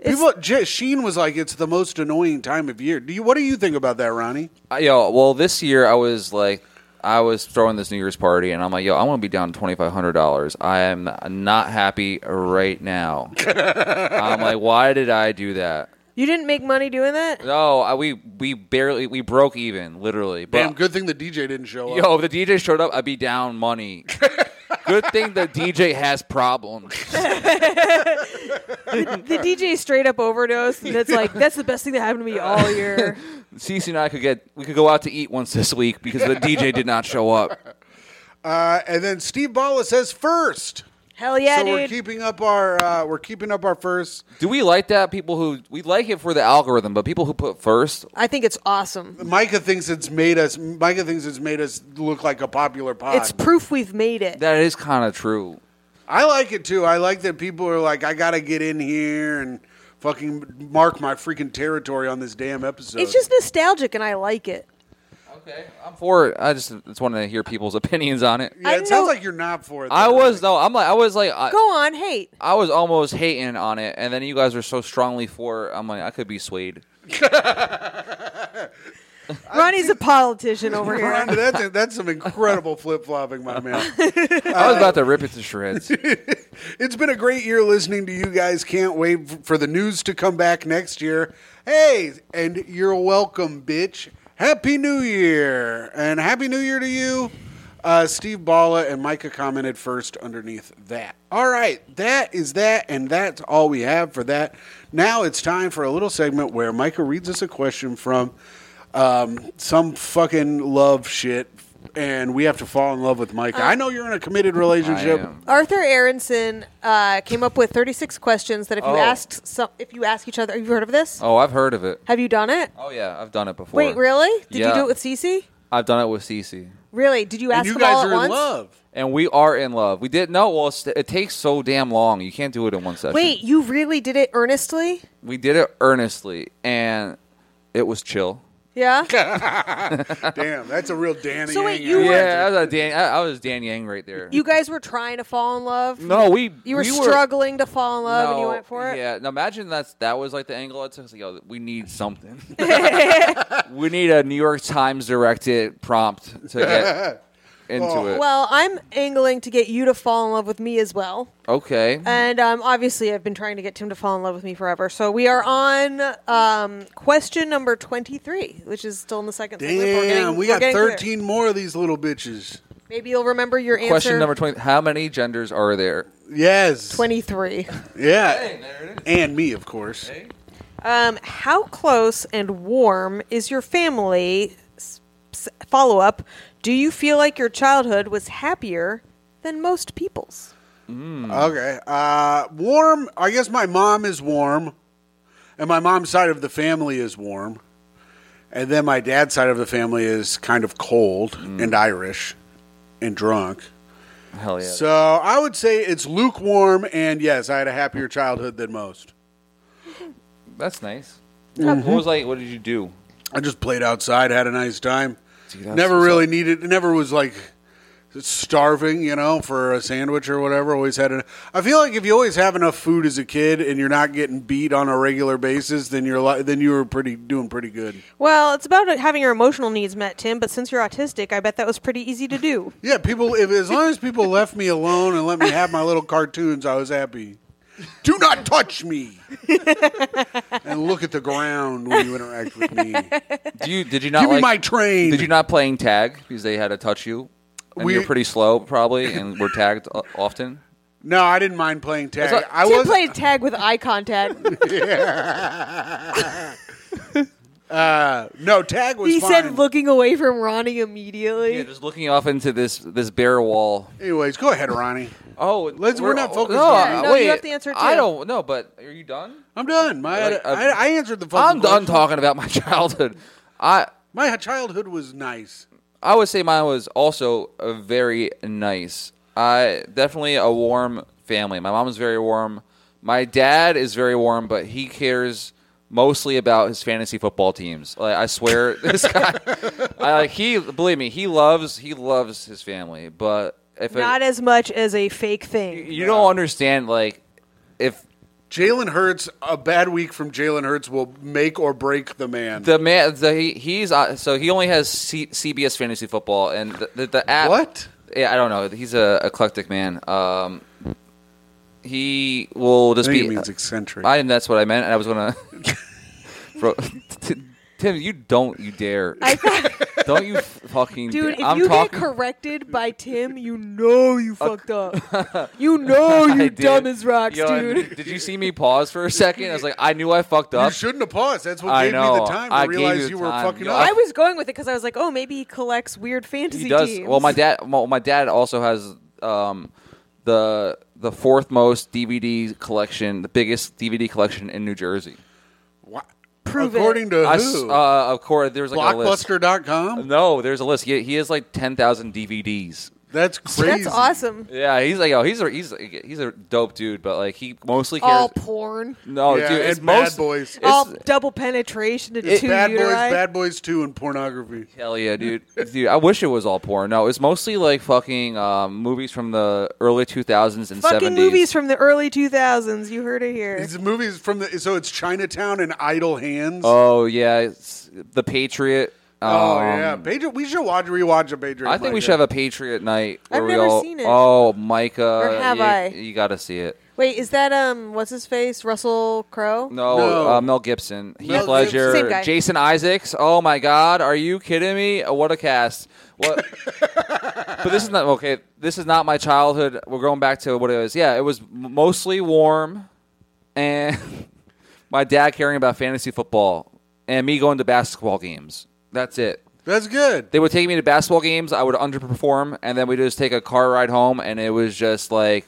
[SPEAKER 2] It's-
[SPEAKER 3] people Je- Sheen was like, it's the most annoying time of year. Do you? What do you think about that, Ronnie?
[SPEAKER 1] I- yo, well, this year I was like, I was throwing this New Year's party, and I'm like, yo, I want to be down twenty five hundred dollars. I am not happy right now. I'm like, why did I do that?
[SPEAKER 2] You didn't make money doing that?
[SPEAKER 1] No, I, we we barely we broke even, literally. But
[SPEAKER 3] Damn, good thing the DJ didn't show up.
[SPEAKER 1] yo, if the DJ showed up, I'd be down money. Good thing the DJ has problems.
[SPEAKER 2] The DJ straight up overdosed, and it's like, that's the best thing that happened to me all year.
[SPEAKER 1] Cece and I could get we could go out to eat once this week because the DJ did not show up.
[SPEAKER 3] Uh, and then Steve Balla says first.
[SPEAKER 2] Hell yeah,
[SPEAKER 3] so
[SPEAKER 2] dude.
[SPEAKER 3] we're keeping up our uh, we're keeping up our first.
[SPEAKER 1] Do we like that? People who we like it for the algorithm, but people who put first,
[SPEAKER 2] I think it's awesome.
[SPEAKER 3] Micah thinks it's made us. Micah thinks it's made us look like a popular pod.
[SPEAKER 2] It's proof we've made it.
[SPEAKER 1] that is kind of true.
[SPEAKER 3] I like it too. I like that people are like, I gotta get in here and fucking mark my freaking territory on this damn episode.
[SPEAKER 2] It's just nostalgic, and I like it.
[SPEAKER 1] Okay, I'm for it. I just just wanted to hear people's opinions on it.
[SPEAKER 3] Yeah,
[SPEAKER 2] I
[SPEAKER 3] it sounds
[SPEAKER 2] know-
[SPEAKER 3] like you're not for it.
[SPEAKER 1] I
[SPEAKER 3] though.
[SPEAKER 1] was no, I'm like I was like I,
[SPEAKER 2] Go on, hate.
[SPEAKER 1] I was almost hating on it, and then you guys were so strongly for. it. I'm like I could be swayed.
[SPEAKER 2] Ronnie's a politician over here.
[SPEAKER 3] Miranda, that's, that's some incredible flip flopping, my man.
[SPEAKER 1] I was about to rip it to shreds.
[SPEAKER 3] It's been a great year listening to you guys. Can't wait f- for the news to come back next year. Hey, and you're welcome, bitch. Happy New Year. And Happy New Year to you. Uh, Steve Balla and Micah commented first underneath that. All right, that is that, and that's all we have for that. Now it's time for a little segment where Micah reads us a question from um, some fucking love shit, and we have to fall in love with Micah. I know you're in a committed relationship.
[SPEAKER 1] am.
[SPEAKER 2] Arthur Aronson uh, came up with 36 questions that if you
[SPEAKER 1] Oh.
[SPEAKER 2] asked some, if you ask each other, have you heard of this?
[SPEAKER 1] Oh, I've heard of it.
[SPEAKER 2] Have you done it?
[SPEAKER 1] Oh yeah, I've done it before.
[SPEAKER 2] Wait, really? Did you
[SPEAKER 1] Yeah.
[SPEAKER 2] do it with Cece?
[SPEAKER 1] I've done it with Cece.
[SPEAKER 2] Really? Did you ask
[SPEAKER 3] and you
[SPEAKER 2] them
[SPEAKER 3] guys
[SPEAKER 2] all
[SPEAKER 3] are
[SPEAKER 2] at once?
[SPEAKER 3] in love.
[SPEAKER 1] And we are in love. We did no. Well, it's- it takes so damn long. You can't do it in one session.
[SPEAKER 2] Wait, you really did it earnestly?
[SPEAKER 1] we did it earnestly, and it was chill.
[SPEAKER 2] Yeah.
[SPEAKER 3] Damn, that's a real Danny.
[SPEAKER 2] So wait,
[SPEAKER 3] Yang
[SPEAKER 2] you
[SPEAKER 3] answer.
[SPEAKER 2] were-
[SPEAKER 1] Yeah, I was, a Dan, I, I was Dan Yang right there.
[SPEAKER 2] you guys were trying to fall in love.
[SPEAKER 1] no, we
[SPEAKER 2] You were
[SPEAKER 1] we
[SPEAKER 2] struggling to fall in love, and you
[SPEAKER 1] no,
[SPEAKER 2] went for it.
[SPEAKER 1] Yeah. Now imagine that's that was like the angle I took. It's like, yo, we need something. we need a New York Times directed prompt to get into
[SPEAKER 3] Oh.
[SPEAKER 1] it.
[SPEAKER 2] Well, I'm angling to get you to fall in love with me as well.
[SPEAKER 1] okay.
[SPEAKER 2] And um, obviously, I've been trying to get Tim to fall in love with me forever. So we are on um, question number 23, which is still in the second
[SPEAKER 3] Damn,
[SPEAKER 2] segment. We're getting-
[SPEAKER 3] we
[SPEAKER 2] we're
[SPEAKER 3] got
[SPEAKER 2] getting through it.
[SPEAKER 3] 13 more of these little bitches.
[SPEAKER 2] Maybe you'll remember your answer.
[SPEAKER 1] Question number twenty: How many genders are there?
[SPEAKER 3] Yes.
[SPEAKER 2] 23.
[SPEAKER 3] Yeah.
[SPEAKER 1] there it
[SPEAKER 3] And me, of course.
[SPEAKER 2] Um, how close and warm is your family? S- s- Follow up. Do you feel like your childhood was happier than most people's?
[SPEAKER 3] Okay. Uh, warm. I guess my mom is warm, and my mom's side of the family is warm, and then my dad's side of the family is kind of cold and Irish and drunk.
[SPEAKER 1] Hell yeah.
[SPEAKER 3] So I would say it's lukewarm, and yes, I had a happier childhood than most.
[SPEAKER 1] That's nice.
[SPEAKER 3] Mm-hmm.
[SPEAKER 1] What was like? What did you do?
[SPEAKER 3] I just played outside, had a nice time.
[SPEAKER 1] that's
[SPEAKER 3] never
[SPEAKER 1] what's
[SPEAKER 3] really needed. Never was like starving, you know, for a sandwich or whatever. Always had. An, I feel like if you always have enough food as a kid and you're not getting beat on a regular basis, then you're li- then you were pretty doing pretty good.
[SPEAKER 2] Well, it's about uh, having your emotional needs met, Tim. But since you're autistic, I bet that was pretty easy to do.
[SPEAKER 3] Yeah, people. If as long as people left me alone and let me have my little cartoons, I was happy. Do not touch me. and look at the ground when you interact with me.
[SPEAKER 1] Do you did you not
[SPEAKER 3] Give me
[SPEAKER 1] like
[SPEAKER 3] my train.
[SPEAKER 1] Did you not playing tag because they had to touch you? And
[SPEAKER 3] We-
[SPEAKER 1] you're pretty slow, probably, and were tagged o- often.
[SPEAKER 3] No, I didn't mind playing tag.
[SPEAKER 1] That's
[SPEAKER 3] I
[SPEAKER 2] Tim
[SPEAKER 3] was
[SPEAKER 2] played tag with eye contact.
[SPEAKER 3] no tag was.
[SPEAKER 2] he
[SPEAKER 3] fine.
[SPEAKER 2] said, looking away from Ronnie immediately.
[SPEAKER 1] Yeah, just looking off into this this bare wall.
[SPEAKER 3] Anyways, go ahead, Ronnie.
[SPEAKER 1] Oh,
[SPEAKER 3] Let's- we're not focused
[SPEAKER 1] No,
[SPEAKER 3] on-
[SPEAKER 2] Yeah, no, you
[SPEAKER 1] wait,
[SPEAKER 2] have to answer it
[SPEAKER 1] I
[SPEAKER 2] too.
[SPEAKER 1] don't know, but are you done?
[SPEAKER 3] I'm done. My
[SPEAKER 1] Like, uh,
[SPEAKER 3] I, I answered the fucking.
[SPEAKER 1] I'm done
[SPEAKER 3] question.
[SPEAKER 1] talking about my childhood. I
[SPEAKER 3] My childhood was nice.
[SPEAKER 1] I would say mine was also uh, very nice. I definitely a warm family. My mom is very warm. My dad is very warm, but he cares mostly about his fantasy football teams. Like I swear, this guy, I, like he believe me, he loves he loves his family, but if it-
[SPEAKER 2] Not as much as a fake thing.
[SPEAKER 1] you don't understand, like if
[SPEAKER 3] Jalen Hurts, a bad week from Jalen Hurts will make or break the man.
[SPEAKER 1] the man, the, he, he's uh, so he only has C, CBS fantasy football, and the, the, the app.
[SPEAKER 3] What?
[SPEAKER 1] Yeah, I don't know. He's a eclectic man. Um, he will
[SPEAKER 3] I
[SPEAKER 1] just
[SPEAKER 3] think
[SPEAKER 1] be.
[SPEAKER 3] it means eccentric.
[SPEAKER 1] I and that's what I meant. And I was gonna. Bro, t- Tim, you don't you dare!
[SPEAKER 2] I thought,
[SPEAKER 1] don't you fucking
[SPEAKER 2] dude, if
[SPEAKER 1] dare. I'm
[SPEAKER 2] you
[SPEAKER 1] talking.
[SPEAKER 2] get corrected by Tim, you know you fucked up. You know you dumb as rocks,
[SPEAKER 1] Yo, and
[SPEAKER 2] dude.
[SPEAKER 1] Did you see me pause for a second? I was like, I knew I fucked
[SPEAKER 3] you
[SPEAKER 1] up.
[SPEAKER 3] shouldn't have paused. That's what
[SPEAKER 1] I
[SPEAKER 3] gave me
[SPEAKER 1] know.
[SPEAKER 3] the time to
[SPEAKER 1] I gave you
[SPEAKER 3] realize
[SPEAKER 1] the
[SPEAKER 3] you were
[SPEAKER 1] time.
[SPEAKER 3] fucking
[SPEAKER 1] Yo,
[SPEAKER 2] I
[SPEAKER 3] up.
[SPEAKER 2] was going with it because I was like, oh, maybe he collects weird fantasy
[SPEAKER 1] He does.
[SPEAKER 2] teams.
[SPEAKER 1] Well, my dad. Well, my dad also has um, the the fourth most DVD collection, the biggest DVD collection in New Jersey.
[SPEAKER 3] Wha-
[SPEAKER 2] Prove it.
[SPEAKER 3] According to
[SPEAKER 1] I s-
[SPEAKER 3] who?
[SPEAKER 1] uh, of course, there's like a list.
[SPEAKER 3] Blockbuster.com.
[SPEAKER 1] No, there's a list. He, he has like 10,000 DVDs.
[SPEAKER 3] That's crazy.
[SPEAKER 2] That's awesome.
[SPEAKER 1] Yeah, he's like, oh, he's a he's a, he's a dope dude, but like he mostly cares.
[SPEAKER 2] All porn.
[SPEAKER 1] no,
[SPEAKER 3] Yeah,
[SPEAKER 1] dude, it's
[SPEAKER 3] and Bad
[SPEAKER 1] most-
[SPEAKER 3] Boys.
[SPEAKER 1] it's-
[SPEAKER 2] All double penetration into two
[SPEAKER 3] Bad boys,
[SPEAKER 2] uteri.
[SPEAKER 3] bad boys two, and pornography.
[SPEAKER 1] Hell yeah, dude. dude, I wish it was all porn. No, it's mostly like fucking um, movies from the early 2000s and
[SPEAKER 2] Fucking
[SPEAKER 1] 70s.
[SPEAKER 2] movies from the early 2000s. You heard it here.
[SPEAKER 3] It's movies from the so it's Chinatown and Idle Hands.
[SPEAKER 1] Oh yeah, it's The Patriot.
[SPEAKER 3] oh
[SPEAKER 1] Um,
[SPEAKER 3] yeah, Patriot. We should watch rewatch a Patriot.
[SPEAKER 1] I think we
[SPEAKER 3] Micah.
[SPEAKER 1] should have a Patriot night.
[SPEAKER 2] I've
[SPEAKER 1] where we
[SPEAKER 2] never
[SPEAKER 1] all-
[SPEAKER 2] seen it.
[SPEAKER 1] Oh, Micah, or
[SPEAKER 2] have
[SPEAKER 1] you,
[SPEAKER 2] I?
[SPEAKER 1] You got to see it.
[SPEAKER 2] Wait, is that um, what's his face? Russell Crowe?
[SPEAKER 1] No,
[SPEAKER 3] No.
[SPEAKER 1] Uh, Mel Gibson, Heath
[SPEAKER 3] Mel
[SPEAKER 1] Ledger,
[SPEAKER 2] Gibson. Same guy.
[SPEAKER 1] Jason Isaacs. Oh my God, are you kidding me? Uh, What a cast! What? but this is not okay. This is not my childhood. We're going back to what it was. Yeah, it was m- mostly warm, and my dad caring about fantasy football, and me going to basketball games. That's it.
[SPEAKER 3] That's good.
[SPEAKER 1] They would take me to basketball games. I would underperform, and then we would just take a car ride home, and it was just like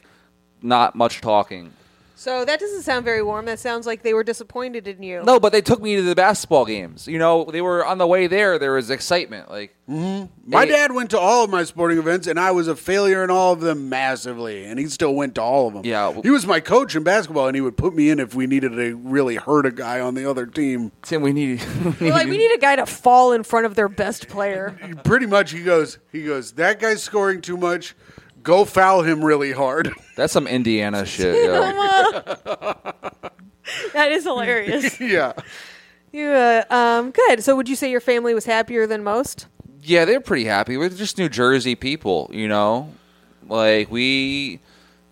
[SPEAKER 1] not much talking.
[SPEAKER 2] So that doesn't sound very warm. That sounds like they were disappointed in you.
[SPEAKER 1] No, but they took me to the basketball games. You know, they were on the way there. There was excitement. Like,
[SPEAKER 3] Mm-hmm. My
[SPEAKER 1] Hey.
[SPEAKER 3] dad went to all of my sporting events, and I was a failure in all of them massively. And he still went to all of them.
[SPEAKER 1] Yeah.
[SPEAKER 3] he was my coach in basketball, and he would put me in if we needed to really hurt a guy on the other team.
[SPEAKER 1] Tim, we need.
[SPEAKER 2] They're like, we need a guy to fall in front of their best player.
[SPEAKER 3] He- pretty much, he goes, he goes, that guy's scoring too much. Go foul him really hard.
[SPEAKER 1] That's some Indiana shit. Yo.
[SPEAKER 2] that is hilarious.
[SPEAKER 3] yeah,
[SPEAKER 2] You, uh, um, good. So would you say your family was happier than most?
[SPEAKER 1] Yeah, they're pretty happy. We're just New Jersey people, you know. Like we,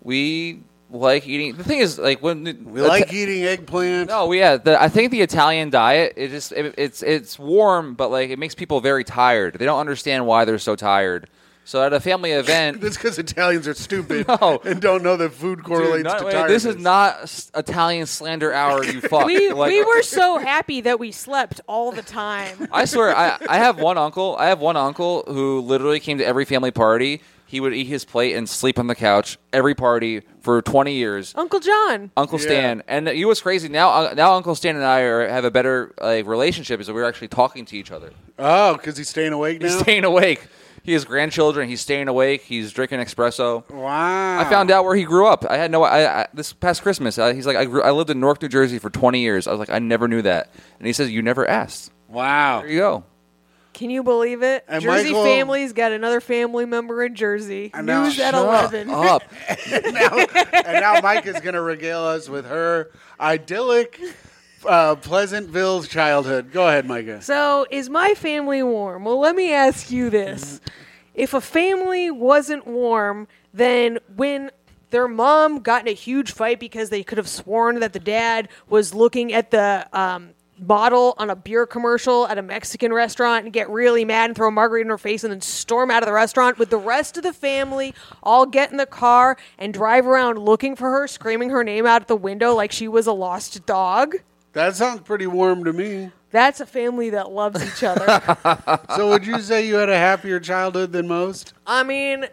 [SPEAKER 1] we like eating. The thing is, like when
[SPEAKER 3] we like eating eggplant.
[SPEAKER 1] No, we- yeah. The, I think the Italian diet it just it, it's it's warm, but like it makes people very tired. They don't understand why they're so tired. So at a family event,
[SPEAKER 3] That's because Italians are stupid
[SPEAKER 1] No.
[SPEAKER 3] and don't know that food correlates
[SPEAKER 1] Dude, not-
[SPEAKER 3] to
[SPEAKER 1] wait,
[SPEAKER 3] tiredness.
[SPEAKER 1] This is not s- Italian slander hour, you fuck.
[SPEAKER 2] We,
[SPEAKER 1] Like,
[SPEAKER 2] we were so happy that we slept all the time.
[SPEAKER 1] I swear, I, I have one uncle. I have one uncle who literally came to every family party. He would eat his plate and sleep on the couch every party for 20 years.
[SPEAKER 2] Uncle John.
[SPEAKER 1] Uncle
[SPEAKER 3] Yeah.
[SPEAKER 1] Stan, and you know what's crazy now? uh, Now Uncle Stan and I are, have a better like relationship, is that we're actually talking to each other.
[SPEAKER 3] Oh, because he's staying awake now.
[SPEAKER 1] He's staying awake. He has grandchildren. He's staying awake. He's drinking espresso.
[SPEAKER 3] wow!
[SPEAKER 1] I found out where he grew up. I had no. I, I this past Christmas, uh, he's like, I grew. I lived in Newark, New Jersey for 20 years. I was like, I never knew that. And he says, you never asked.
[SPEAKER 3] Wow!
[SPEAKER 1] There you go.
[SPEAKER 2] Can you believe it?
[SPEAKER 3] And
[SPEAKER 2] Jersey
[SPEAKER 3] Michael-
[SPEAKER 2] family's got another family member in Jersey.
[SPEAKER 3] I know.
[SPEAKER 2] News at
[SPEAKER 3] Shut
[SPEAKER 2] eleven.
[SPEAKER 1] Up.
[SPEAKER 3] now, and now Mike is going to regale us with her idyllic uh, Pleasantville childhood. Go ahead, Micah.
[SPEAKER 2] So, is my family warm? Well, let me ask you this. If a family wasn't warm, then when their mom got in a huge fight because they could have sworn that the dad was looking at the um, bottle on a beer commercial at a Mexican restaurant and get really mad and throw a margarita in her face and then storm out of the restaurant, would the rest of the family all get in the car and drive around looking for her, screaming her name out the window like she was a lost dog?
[SPEAKER 3] That sounds pretty warm to me.
[SPEAKER 2] That's a family that loves each other.
[SPEAKER 3] So, would you say you had a happier childhood than most?
[SPEAKER 2] I mean,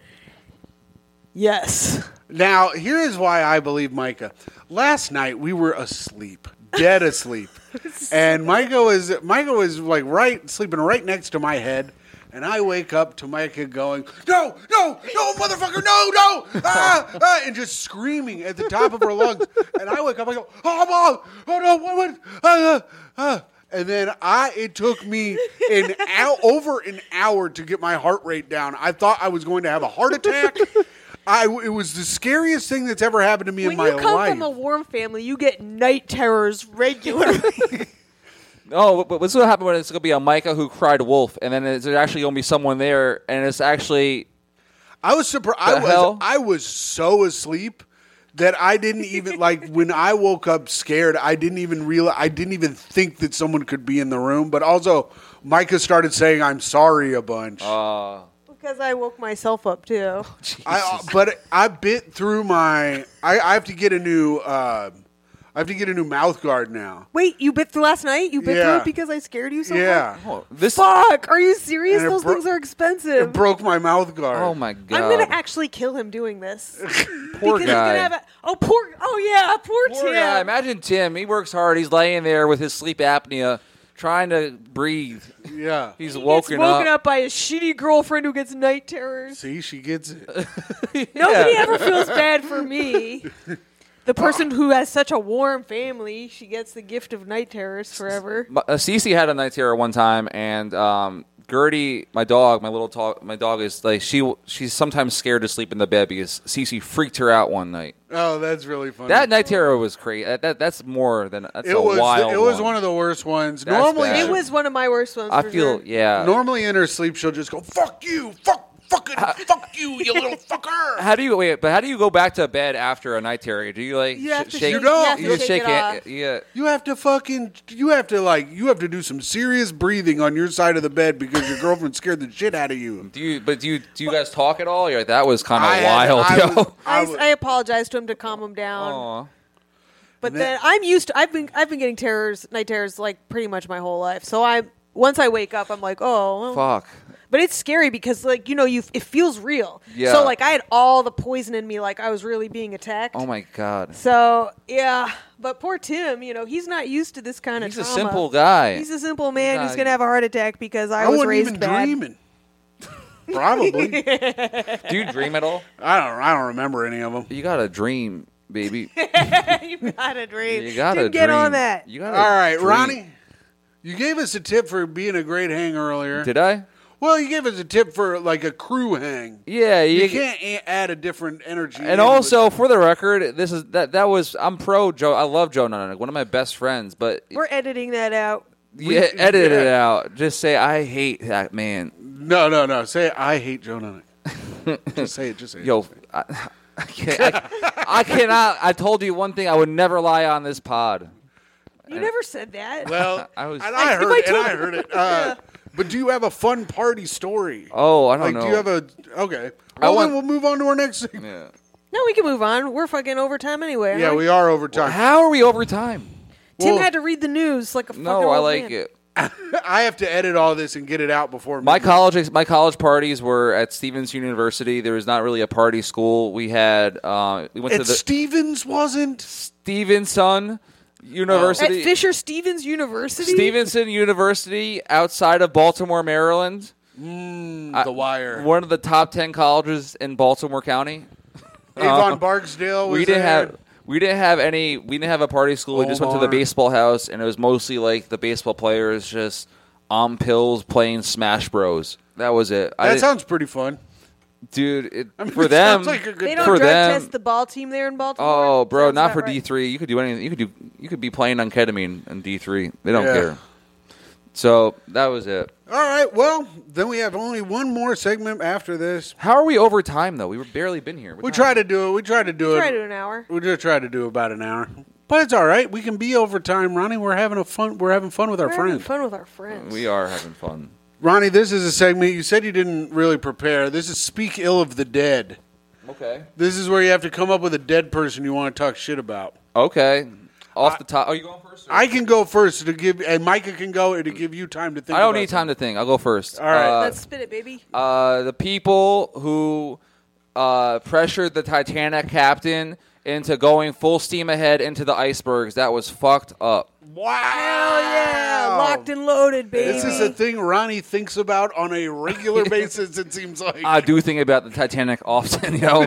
[SPEAKER 2] yes.
[SPEAKER 3] Now, here is why I believe Micah. Last night we were asleep, dead asleep, and Micah was Micah was like right sleeping right next to my head, and I wake up to Micah going, "No, no, no, motherfucker, no, no!" Ah, ah," and just screaming at the top of her lungs. And I wake up, I go, "Oh, mom, oh no, what, what?" Ah, ah, ah." And then I, it took me an hour, over an hour to get my heart rate down. I thought I was going to have a heart attack. I, it was the scariest thing that's ever happened to me
[SPEAKER 2] When
[SPEAKER 3] in my
[SPEAKER 2] you come
[SPEAKER 3] life.
[SPEAKER 2] from a warm family, you get night terrors regularly.
[SPEAKER 1] No, Oh, but what's gonna happen when it's gonna be a Micah who cried wolf, and then it's actually gonna be someone there, and it's actually
[SPEAKER 3] I was surprised. I
[SPEAKER 1] The
[SPEAKER 3] was
[SPEAKER 1] hell?
[SPEAKER 3] I was so asleep that I didn't even like when I woke up scared. I didn't even realize. I didn't even think that someone could be in the room. But also, Micah started saying "I'm sorry" a bunch.
[SPEAKER 1] Oh, uh,
[SPEAKER 2] because I woke myself up too.
[SPEAKER 3] I, uh, but I bit through my. I, I have to get a new. Uh, I have to get a new mouth guard now.
[SPEAKER 2] Wait, you bit through last night? You bit
[SPEAKER 3] Yeah.
[SPEAKER 2] through it because I scared you so
[SPEAKER 3] Yeah,
[SPEAKER 2] much?
[SPEAKER 1] oh, this.
[SPEAKER 2] Fuck, are you serious?
[SPEAKER 3] And it
[SPEAKER 2] Those
[SPEAKER 3] bro-
[SPEAKER 2] things are
[SPEAKER 3] it
[SPEAKER 2] expensive.
[SPEAKER 3] broke my mouth guard.
[SPEAKER 1] Oh my god.
[SPEAKER 2] I'm gonna actually kill him doing this.
[SPEAKER 1] Poor
[SPEAKER 2] because he's
[SPEAKER 1] guy.
[SPEAKER 2] gonna have a oh poor oh yeah poor,
[SPEAKER 1] Poor
[SPEAKER 2] Tim.
[SPEAKER 1] guy. Imagine Tim. He works hard. He's laying there with his sleep apnea. trying to breathe.
[SPEAKER 3] Yeah.
[SPEAKER 1] He's
[SPEAKER 2] He gets
[SPEAKER 1] woken,
[SPEAKER 2] woken up. by his shitty girlfriend who gets night terrors.
[SPEAKER 3] See, she gets it.
[SPEAKER 2] Nobody
[SPEAKER 1] Yeah.
[SPEAKER 2] ever feels bad for me. The person who has such a warm family, she gets the gift of night terrors forever.
[SPEAKER 1] My- uh, Cece had a night terror one time, and um, Gertie, my dog, my little dog, my dog is like she. She's sometimes scared to sleep in the bed because Cece freaked her out one night.
[SPEAKER 3] Oh, that's really funny.
[SPEAKER 1] That night terror was crazy. That, that- that's more than that's
[SPEAKER 3] it
[SPEAKER 1] a
[SPEAKER 3] was
[SPEAKER 1] wild.
[SPEAKER 3] it was one.
[SPEAKER 1] one
[SPEAKER 3] of the worst ones.
[SPEAKER 1] That's
[SPEAKER 3] normally,
[SPEAKER 1] bad.
[SPEAKER 2] It was one of my worst ones.
[SPEAKER 1] I
[SPEAKER 2] for
[SPEAKER 1] feel
[SPEAKER 2] sure.
[SPEAKER 1] yeah.
[SPEAKER 3] normally in her sleep she'll just go fuck you, fuck, fucking, fuck you, you little fucker.
[SPEAKER 1] How do you wait? But how do you go back to bed after a night terror? Do you like
[SPEAKER 2] You have to
[SPEAKER 1] shake?
[SPEAKER 2] shake-
[SPEAKER 3] You don't.
[SPEAKER 2] you have to
[SPEAKER 1] You just
[SPEAKER 2] shake
[SPEAKER 1] shake
[SPEAKER 2] it
[SPEAKER 1] it.
[SPEAKER 2] off.
[SPEAKER 1] Yeah.
[SPEAKER 3] You have to fucking. You have to like. You have to do some serious breathing on your side of the bed because your girlfriend scared the shit out of you.
[SPEAKER 1] Do you? But do you? Do you guys talk at all? You're like that was kind
[SPEAKER 3] I
[SPEAKER 1] of
[SPEAKER 3] had-
[SPEAKER 1] wild.
[SPEAKER 3] I
[SPEAKER 1] yo.
[SPEAKER 3] was-
[SPEAKER 2] I,
[SPEAKER 3] I
[SPEAKER 2] s-
[SPEAKER 3] would-
[SPEAKER 2] I apologized to him to calm him down.
[SPEAKER 1] Aw.
[SPEAKER 2] But
[SPEAKER 3] That-
[SPEAKER 2] then I'm used to I've been I've been getting terrors night terrors like pretty much my whole life. So I once I wake up I'm like, "Oh." well.
[SPEAKER 1] Fuck.
[SPEAKER 2] But it's scary because like, you know, you it feels real.
[SPEAKER 1] Yeah.
[SPEAKER 2] So like I had all the poison in me like I was really being attacked.
[SPEAKER 1] Oh my god.
[SPEAKER 2] So, yeah, but poor Tim, you know, he's not used to this kind
[SPEAKER 1] He's
[SPEAKER 2] of
[SPEAKER 1] a
[SPEAKER 2] trauma.
[SPEAKER 1] simple guy.
[SPEAKER 2] He's a simple man who's
[SPEAKER 1] Nah,
[SPEAKER 2] going to have a heart attack because I,
[SPEAKER 3] I,
[SPEAKER 2] was
[SPEAKER 3] wasn't
[SPEAKER 2] raised
[SPEAKER 3] even
[SPEAKER 2] bad.
[SPEAKER 3] dreaming. Probably.
[SPEAKER 1] Do you dream at all?
[SPEAKER 3] I don't. I don't remember any of them.
[SPEAKER 1] You got a dream, baby.
[SPEAKER 2] you got to dream.
[SPEAKER 1] You got to
[SPEAKER 2] Tim, get on that.
[SPEAKER 1] You got
[SPEAKER 3] All right, Ronnie. You gave us a tip for being a great hang earlier.
[SPEAKER 1] Did I?
[SPEAKER 3] well, you gave us a tip for like a crew hang.
[SPEAKER 1] Yeah,
[SPEAKER 3] You,
[SPEAKER 1] you,
[SPEAKER 3] can't a- add a different energy. in,
[SPEAKER 1] And also, for the record, this is that that was I'm pro Joe. I love Joe Nunan, one of my best friends. But
[SPEAKER 2] We're editing that out.
[SPEAKER 1] yeah, edit it out. Just say I hate that man.
[SPEAKER 3] but- no, no, no. Say I hate Joe Nunnick. just say it. Just say it.
[SPEAKER 1] Yo, I, I, can't, I, I cannot. I told you one thing. I would never lie on this pod.
[SPEAKER 2] You never said that.
[SPEAKER 3] Well,
[SPEAKER 1] I was-
[SPEAKER 3] and
[SPEAKER 1] I-
[SPEAKER 3] I
[SPEAKER 2] if
[SPEAKER 3] heard,
[SPEAKER 2] I
[SPEAKER 3] it, and
[SPEAKER 2] told-
[SPEAKER 3] I heard it. Uh, But do you have a fun party story?
[SPEAKER 1] Oh, I don't
[SPEAKER 3] like,
[SPEAKER 1] know.
[SPEAKER 3] do you have a okay?
[SPEAKER 1] I
[SPEAKER 3] Well,
[SPEAKER 1] want-
[SPEAKER 3] then we'll move on to our next. Yeah,
[SPEAKER 1] Yeah.
[SPEAKER 2] no, we can move on. We're fucking overtime anyway. aren't
[SPEAKER 3] we are over time.
[SPEAKER 1] How are we over time?
[SPEAKER 2] Tim
[SPEAKER 3] well-
[SPEAKER 2] had to read the news like a fucking
[SPEAKER 1] No, I
[SPEAKER 2] old
[SPEAKER 1] like
[SPEAKER 2] man.
[SPEAKER 1] it.
[SPEAKER 3] I have to edit all this and get it out before
[SPEAKER 1] My
[SPEAKER 3] midnight.
[SPEAKER 1] college, my college parties were at Stevens University. There was not really a party school. We had uh, we went
[SPEAKER 3] At
[SPEAKER 1] to the
[SPEAKER 3] Stevens wasn't.
[SPEAKER 1] Stevenson
[SPEAKER 2] At
[SPEAKER 1] University.
[SPEAKER 2] Fisher Stevens University?
[SPEAKER 1] Stevenson University outside of Baltimore, Maryland. Mm,
[SPEAKER 3] the Wire.
[SPEAKER 1] One of the top ten colleges in Baltimore County.
[SPEAKER 3] Avon Barksdale. Was
[SPEAKER 1] Oh. We didn't
[SPEAKER 3] there.
[SPEAKER 1] have we didn't have any we didn't have a party school. We just went to the
[SPEAKER 3] Omar.
[SPEAKER 1] baseball house and it was mostly like the baseball players just on pills playing Smash Bros. That was it. I
[SPEAKER 3] That
[SPEAKER 1] didn't-
[SPEAKER 3] sounds pretty fun.
[SPEAKER 1] dude it, for
[SPEAKER 3] it
[SPEAKER 1] them.
[SPEAKER 3] sounds like a good
[SPEAKER 2] They don't
[SPEAKER 1] for
[SPEAKER 2] drug
[SPEAKER 1] them,
[SPEAKER 2] test the ball team there in Baltimore.
[SPEAKER 1] Oh, bro,
[SPEAKER 2] Sounds
[SPEAKER 1] not
[SPEAKER 2] about
[SPEAKER 1] for
[SPEAKER 2] right.
[SPEAKER 1] D three. You could do anything. You could do. You could be playing on ketamine in D three. They don't
[SPEAKER 3] Yeah.
[SPEAKER 1] care. So that was it.
[SPEAKER 3] All right. Well, then we have only one more segment after this.
[SPEAKER 1] How are we over time though? We've barely been here. What
[SPEAKER 3] We
[SPEAKER 1] time-
[SPEAKER 3] try to do it. We try to do it.
[SPEAKER 2] Try to an hour.
[SPEAKER 3] We just try to do about an hour, but it's all right. We can be over time, Ronnie. We're having a fun. We're having fun with our
[SPEAKER 2] We're having
[SPEAKER 3] friends.
[SPEAKER 2] fun with our friends.
[SPEAKER 1] We are having fun.
[SPEAKER 3] Ronnie, this is a segment you said you didn't really prepare. This is speak ill of the dead.
[SPEAKER 1] Okay.
[SPEAKER 3] This is where you have to come up with a dead person you want to talk shit about.
[SPEAKER 1] Okay. Off the top. Are you going first? or-
[SPEAKER 3] I can go first to give, and Micah can go to give you time to think.
[SPEAKER 1] I don't
[SPEAKER 3] about
[SPEAKER 1] need time to think. I'll go first. All
[SPEAKER 3] right.
[SPEAKER 1] Uh,
[SPEAKER 2] Let's spit it, baby.
[SPEAKER 1] uh, the people who uh, pressured the Titanic captain into going full steam ahead into the icebergs. That was fucked up.
[SPEAKER 3] something. Wow!
[SPEAKER 2] Hell yeah, locked and loaded, baby.
[SPEAKER 3] This is a thing Ronnie thinks about on a regular basis. It seems like
[SPEAKER 1] I do think about the Titanic often, you know.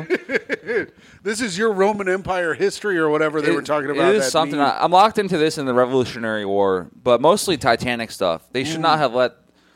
[SPEAKER 3] this is your Roman Empire history or whatever they
[SPEAKER 1] It-
[SPEAKER 3] were talking about.
[SPEAKER 1] It is
[SPEAKER 3] that
[SPEAKER 1] something
[SPEAKER 3] meme.
[SPEAKER 1] I, am locked into this in the Revolutionary War, but mostly Titanic stuff. They should
[SPEAKER 3] Mm.
[SPEAKER 1] not have let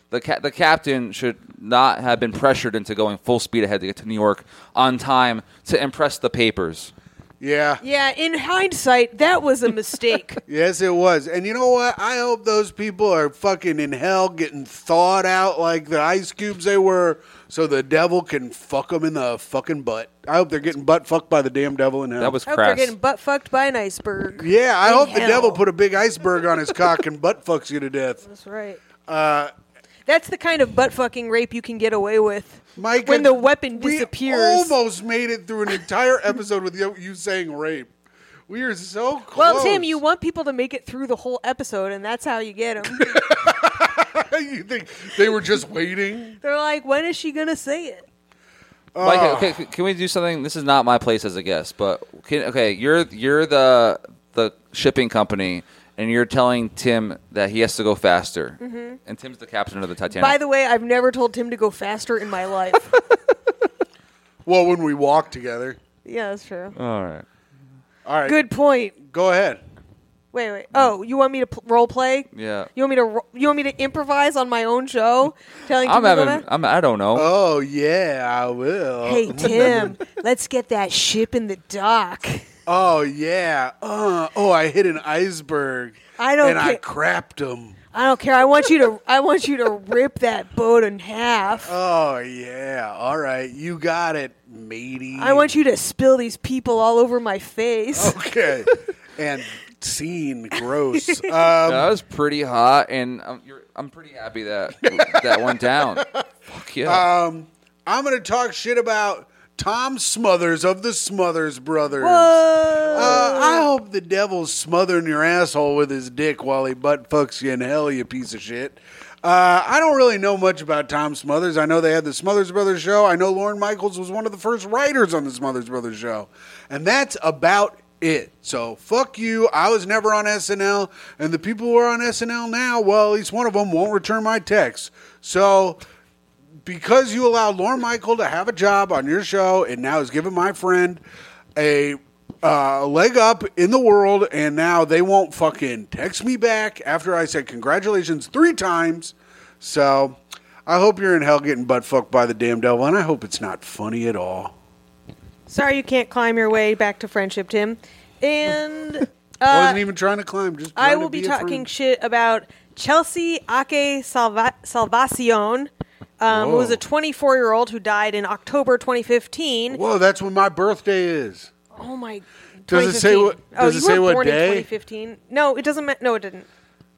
[SPEAKER 1] the ca- the captain should not have been pressured into going full speed ahead to get to New York on time to impress the papers.
[SPEAKER 3] yeah.
[SPEAKER 2] yeah, in hindsight, that was a mistake.
[SPEAKER 3] Yes, it was. And you know what? I hope those people are fucking in hell getting thawed out like the ice cubes they were so the devil can fuck them in the fucking butt. I hope they're getting butt fucked by the damn devil in hell.
[SPEAKER 1] That was
[SPEAKER 2] I hope they're
[SPEAKER 1] crass.
[SPEAKER 2] getting butt fucked by an iceberg.
[SPEAKER 3] Yeah, I
[SPEAKER 2] in
[SPEAKER 3] hope the
[SPEAKER 2] hell.
[SPEAKER 3] devil put a big iceberg on his cock and butt fucks you to death.
[SPEAKER 2] That's right.
[SPEAKER 3] Uh,
[SPEAKER 2] That's the kind of butt fucking rape you can get away with.
[SPEAKER 3] Mike,
[SPEAKER 2] when the weapon
[SPEAKER 3] We
[SPEAKER 2] disappears.
[SPEAKER 3] almost made it through an entire episode with you, you saying rape. We are so close.
[SPEAKER 2] well, Tim, you want people to make it through the whole episode, and that's how you get them.
[SPEAKER 3] you think they were just waiting?
[SPEAKER 2] They're like, when is she gonna say it?
[SPEAKER 1] Mike, okay, c- can we do something? This is not my place as a guest, but can, okay, you're you're the the shipping company, and you're telling Tim that he has to go faster, and Tim's the captain of the Titanic.
[SPEAKER 2] Mm-hmm. By the way, I've never told Tim to go faster in my life.
[SPEAKER 3] Well, when we walk together.
[SPEAKER 2] yeah, that's true.
[SPEAKER 1] all right.
[SPEAKER 3] All right.
[SPEAKER 2] Good point.
[SPEAKER 3] Go ahead.
[SPEAKER 2] Wait, wait. Oh, you want me to pl- role play?
[SPEAKER 1] Yeah.
[SPEAKER 2] You want me to ro- you want me to improvise on my own show? Telling Tim
[SPEAKER 1] I'm
[SPEAKER 2] to go
[SPEAKER 1] having.
[SPEAKER 2] back?
[SPEAKER 1] I'm. I don't know.
[SPEAKER 3] Oh yeah, I will.
[SPEAKER 2] Hey Tim, let's get that ship in the dock.
[SPEAKER 3] Oh yeah. Uh, oh, I hit an iceberg.
[SPEAKER 2] I don't
[SPEAKER 3] And I
[SPEAKER 2] ca-
[SPEAKER 3] crapped him.
[SPEAKER 2] I don't care. I want you to I want you to rip that boat in half.
[SPEAKER 3] Oh yeah. All right, you got it, matey.
[SPEAKER 2] I want you to spill these people all over my face.
[SPEAKER 3] Oh.
[SPEAKER 2] Uh,
[SPEAKER 3] Okay. and scene gross. Um,
[SPEAKER 1] that was pretty hot, and I'm, you're, I'm pretty happy that that went down. Fuck
[SPEAKER 3] Uh,
[SPEAKER 1] yeah.
[SPEAKER 3] I'm gonna talk shit about Tom Smothers of the Smothers Brothers.
[SPEAKER 2] Whoa.
[SPEAKER 3] Uh, I hope the devil's smothering your asshole with his dick while he butt fucks you in hell, you piece of shit. Uh, I don't really know much about Tom Smothers. I know they had the Smothers Brothers show. I know Lauren Michaels was one of the first writers on the Smothers Brothers show. And that's about it. So fuck you. I was never on SNL. And the people who are on SNL now, well, at least one of them won't return my text. So because you allowed Lauren Michael to have a job on your show and now is giving my friend a uh, leg up in the world, and now they won't fucking text me back after I said congratulations three times. So I hope you're in hell getting butt fucked by the damn devil, and I hope it's not funny at all.
[SPEAKER 2] Sorry you can't climb your way back to friendship, Tim. And
[SPEAKER 3] I
[SPEAKER 2] uh,
[SPEAKER 3] wasn't even trying to climb. Just
[SPEAKER 2] I
[SPEAKER 3] trying
[SPEAKER 2] will
[SPEAKER 3] to
[SPEAKER 2] be,
[SPEAKER 3] be, a
[SPEAKER 2] talking
[SPEAKER 3] friend.
[SPEAKER 2] shit about Chelsea Ake Salva- Salvacion, um, who was
[SPEAKER 3] Whoa.
[SPEAKER 2] a 24 year old who died in October 2015.
[SPEAKER 3] Whoa, that's when my birthday is.
[SPEAKER 2] Oh my.
[SPEAKER 3] Does it say what-
[SPEAKER 2] 2015. oh,
[SPEAKER 3] does it
[SPEAKER 2] you
[SPEAKER 3] say
[SPEAKER 2] were
[SPEAKER 3] what
[SPEAKER 2] born
[SPEAKER 3] day?
[SPEAKER 2] In 2015. No, it doesn't. Ma- no, it didn't.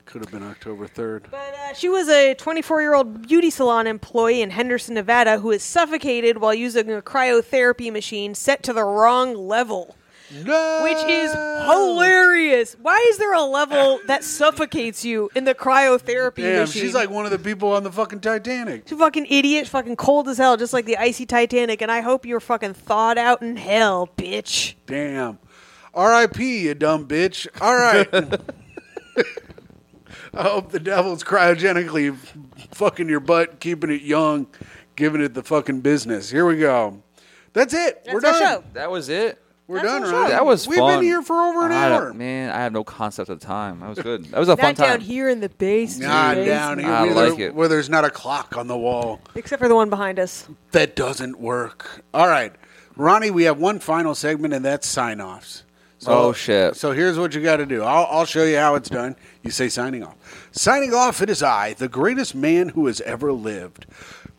[SPEAKER 3] Could have been October third.
[SPEAKER 2] But uh, she was a 24 year old beauty salon employee in Henderson, Nevada, who is suffocated while using a cryotherapy machine set to the wrong level.
[SPEAKER 3] No,
[SPEAKER 2] Which is
[SPEAKER 3] Uh.
[SPEAKER 2] hilarious. Why is there a level that suffocates you in the cryotherapy
[SPEAKER 3] Damn,
[SPEAKER 2] machine?
[SPEAKER 3] she's like one of the people on the fucking Titanic.
[SPEAKER 2] She's a fucking idiot, fucking cold as hell, just like the icy Titanic. And I hope you're fucking thawed out in hell, bitch.
[SPEAKER 3] Damn. R.I.P. You dumb bitch. All right. I hope the devil's cryogenically fucking your butt, keeping it young, giving it the fucking business. Here we go. That's it. We're
[SPEAKER 2] our
[SPEAKER 3] done.
[SPEAKER 2] show.
[SPEAKER 1] that was it.
[SPEAKER 3] We're
[SPEAKER 2] That's
[SPEAKER 3] done,
[SPEAKER 2] our
[SPEAKER 3] right?
[SPEAKER 2] show.
[SPEAKER 1] That was
[SPEAKER 3] We've
[SPEAKER 1] fun.
[SPEAKER 3] been here for over an
[SPEAKER 1] I don't-
[SPEAKER 3] hour.
[SPEAKER 1] Man, I have no concept of time. That was good. That was a fun
[SPEAKER 2] Not down
[SPEAKER 1] time.
[SPEAKER 2] here in the base.
[SPEAKER 3] Nah,
[SPEAKER 2] dude.
[SPEAKER 3] down here
[SPEAKER 1] I
[SPEAKER 3] where,
[SPEAKER 1] like
[SPEAKER 3] there-
[SPEAKER 1] it.
[SPEAKER 3] where there's not a clock on the wall.
[SPEAKER 2] Except for the one behind us.
[SPEAKER 3] That doesn't work. All right. Ronnie, we have one final segment, and that's sign offs.
[SPEAKER 1] Oh, shit.
[SPEAKER 3] So here's what you got to do. I'll, I'll show you how it's done. You say signing off. Signing off, it is I, the greatest man who has ever lived,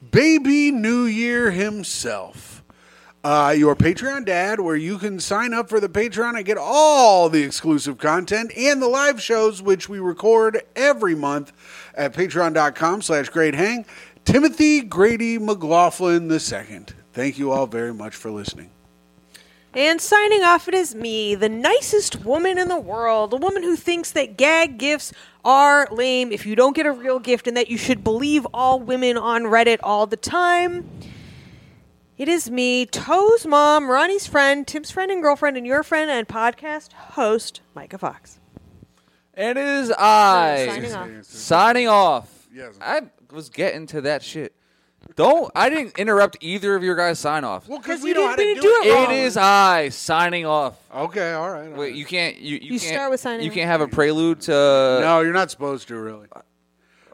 [SPEAKER 3] Baby New Year himself. Uh, your Patreon dad, where you can sign up for the Patreon and get all the exclusive content and the live shows, which we record every month at patreon.com slash great hang. Timothy Grady McLaughlin II. Thank you all very much for listening.
[SPEAKER 2] And signing off, it is me, the nicest woman in the world, the woman who thinks that gag gifts are lame if you don't get a real gift and that you should believe all women on Reddit all the time. It is me, Toe's mom, Ronnie's friend, Tim's friend and girlfriend, and your friend and podcast host, Micah Fox.
[SPEAKER 1] And it is I
[SPEAKER 2] Signing off.
[SPEAKER 1] Signing off.
[SPEAKER 3] Yes.
[SPEAKER 1] I was getting to that shit. Don't. I didn't interrupt either of your guys' sign off.
[SPEAKER 2] Because we didn't- we didn't do
[SPEAKER 1] It
[SPEAKER 2] it
[SPEAKER 1] is I signing off.
[SPEAKER 3] Okay, all right.
[SPEAKER 1] Wait,
[SPEAKER 3] all right.
[SPEAKER 1] you uh, can't. You, you,
[SPEAKER 2] You
[SPEAKER 1] can't,
[SPEAKER 2] start with signing
[SPEAKER 1] You
[SPEAKER 2] off.
[SPEAKER 1] can't have a prelude to.
[SPEAKER 3] no, you're not supposed to, really.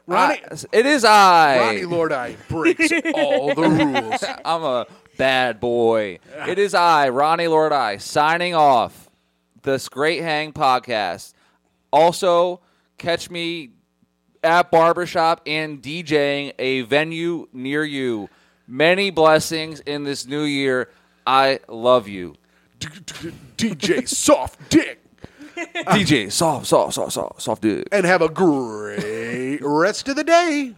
[SPEAKER 3] Ronnie,
[SPEAKER 1] I- it is I.
[SPEAKER 3] Ronnie Lord I breaks all the rules.
[SPEAKER 1] I'm a bad boy. It is I, Ronnie Lord I, signing off this Great Hang podcast. Also, catch me at Barbershop and DJing a venue near you. Many blessings in this new year. I love you.
[SPEAKER 3] DJ Soft Dick.
[SPEAKER 1] DJ, soft, soft, soft, soft, soft dude.
[SPEAKER 3] And have a great rest of the day.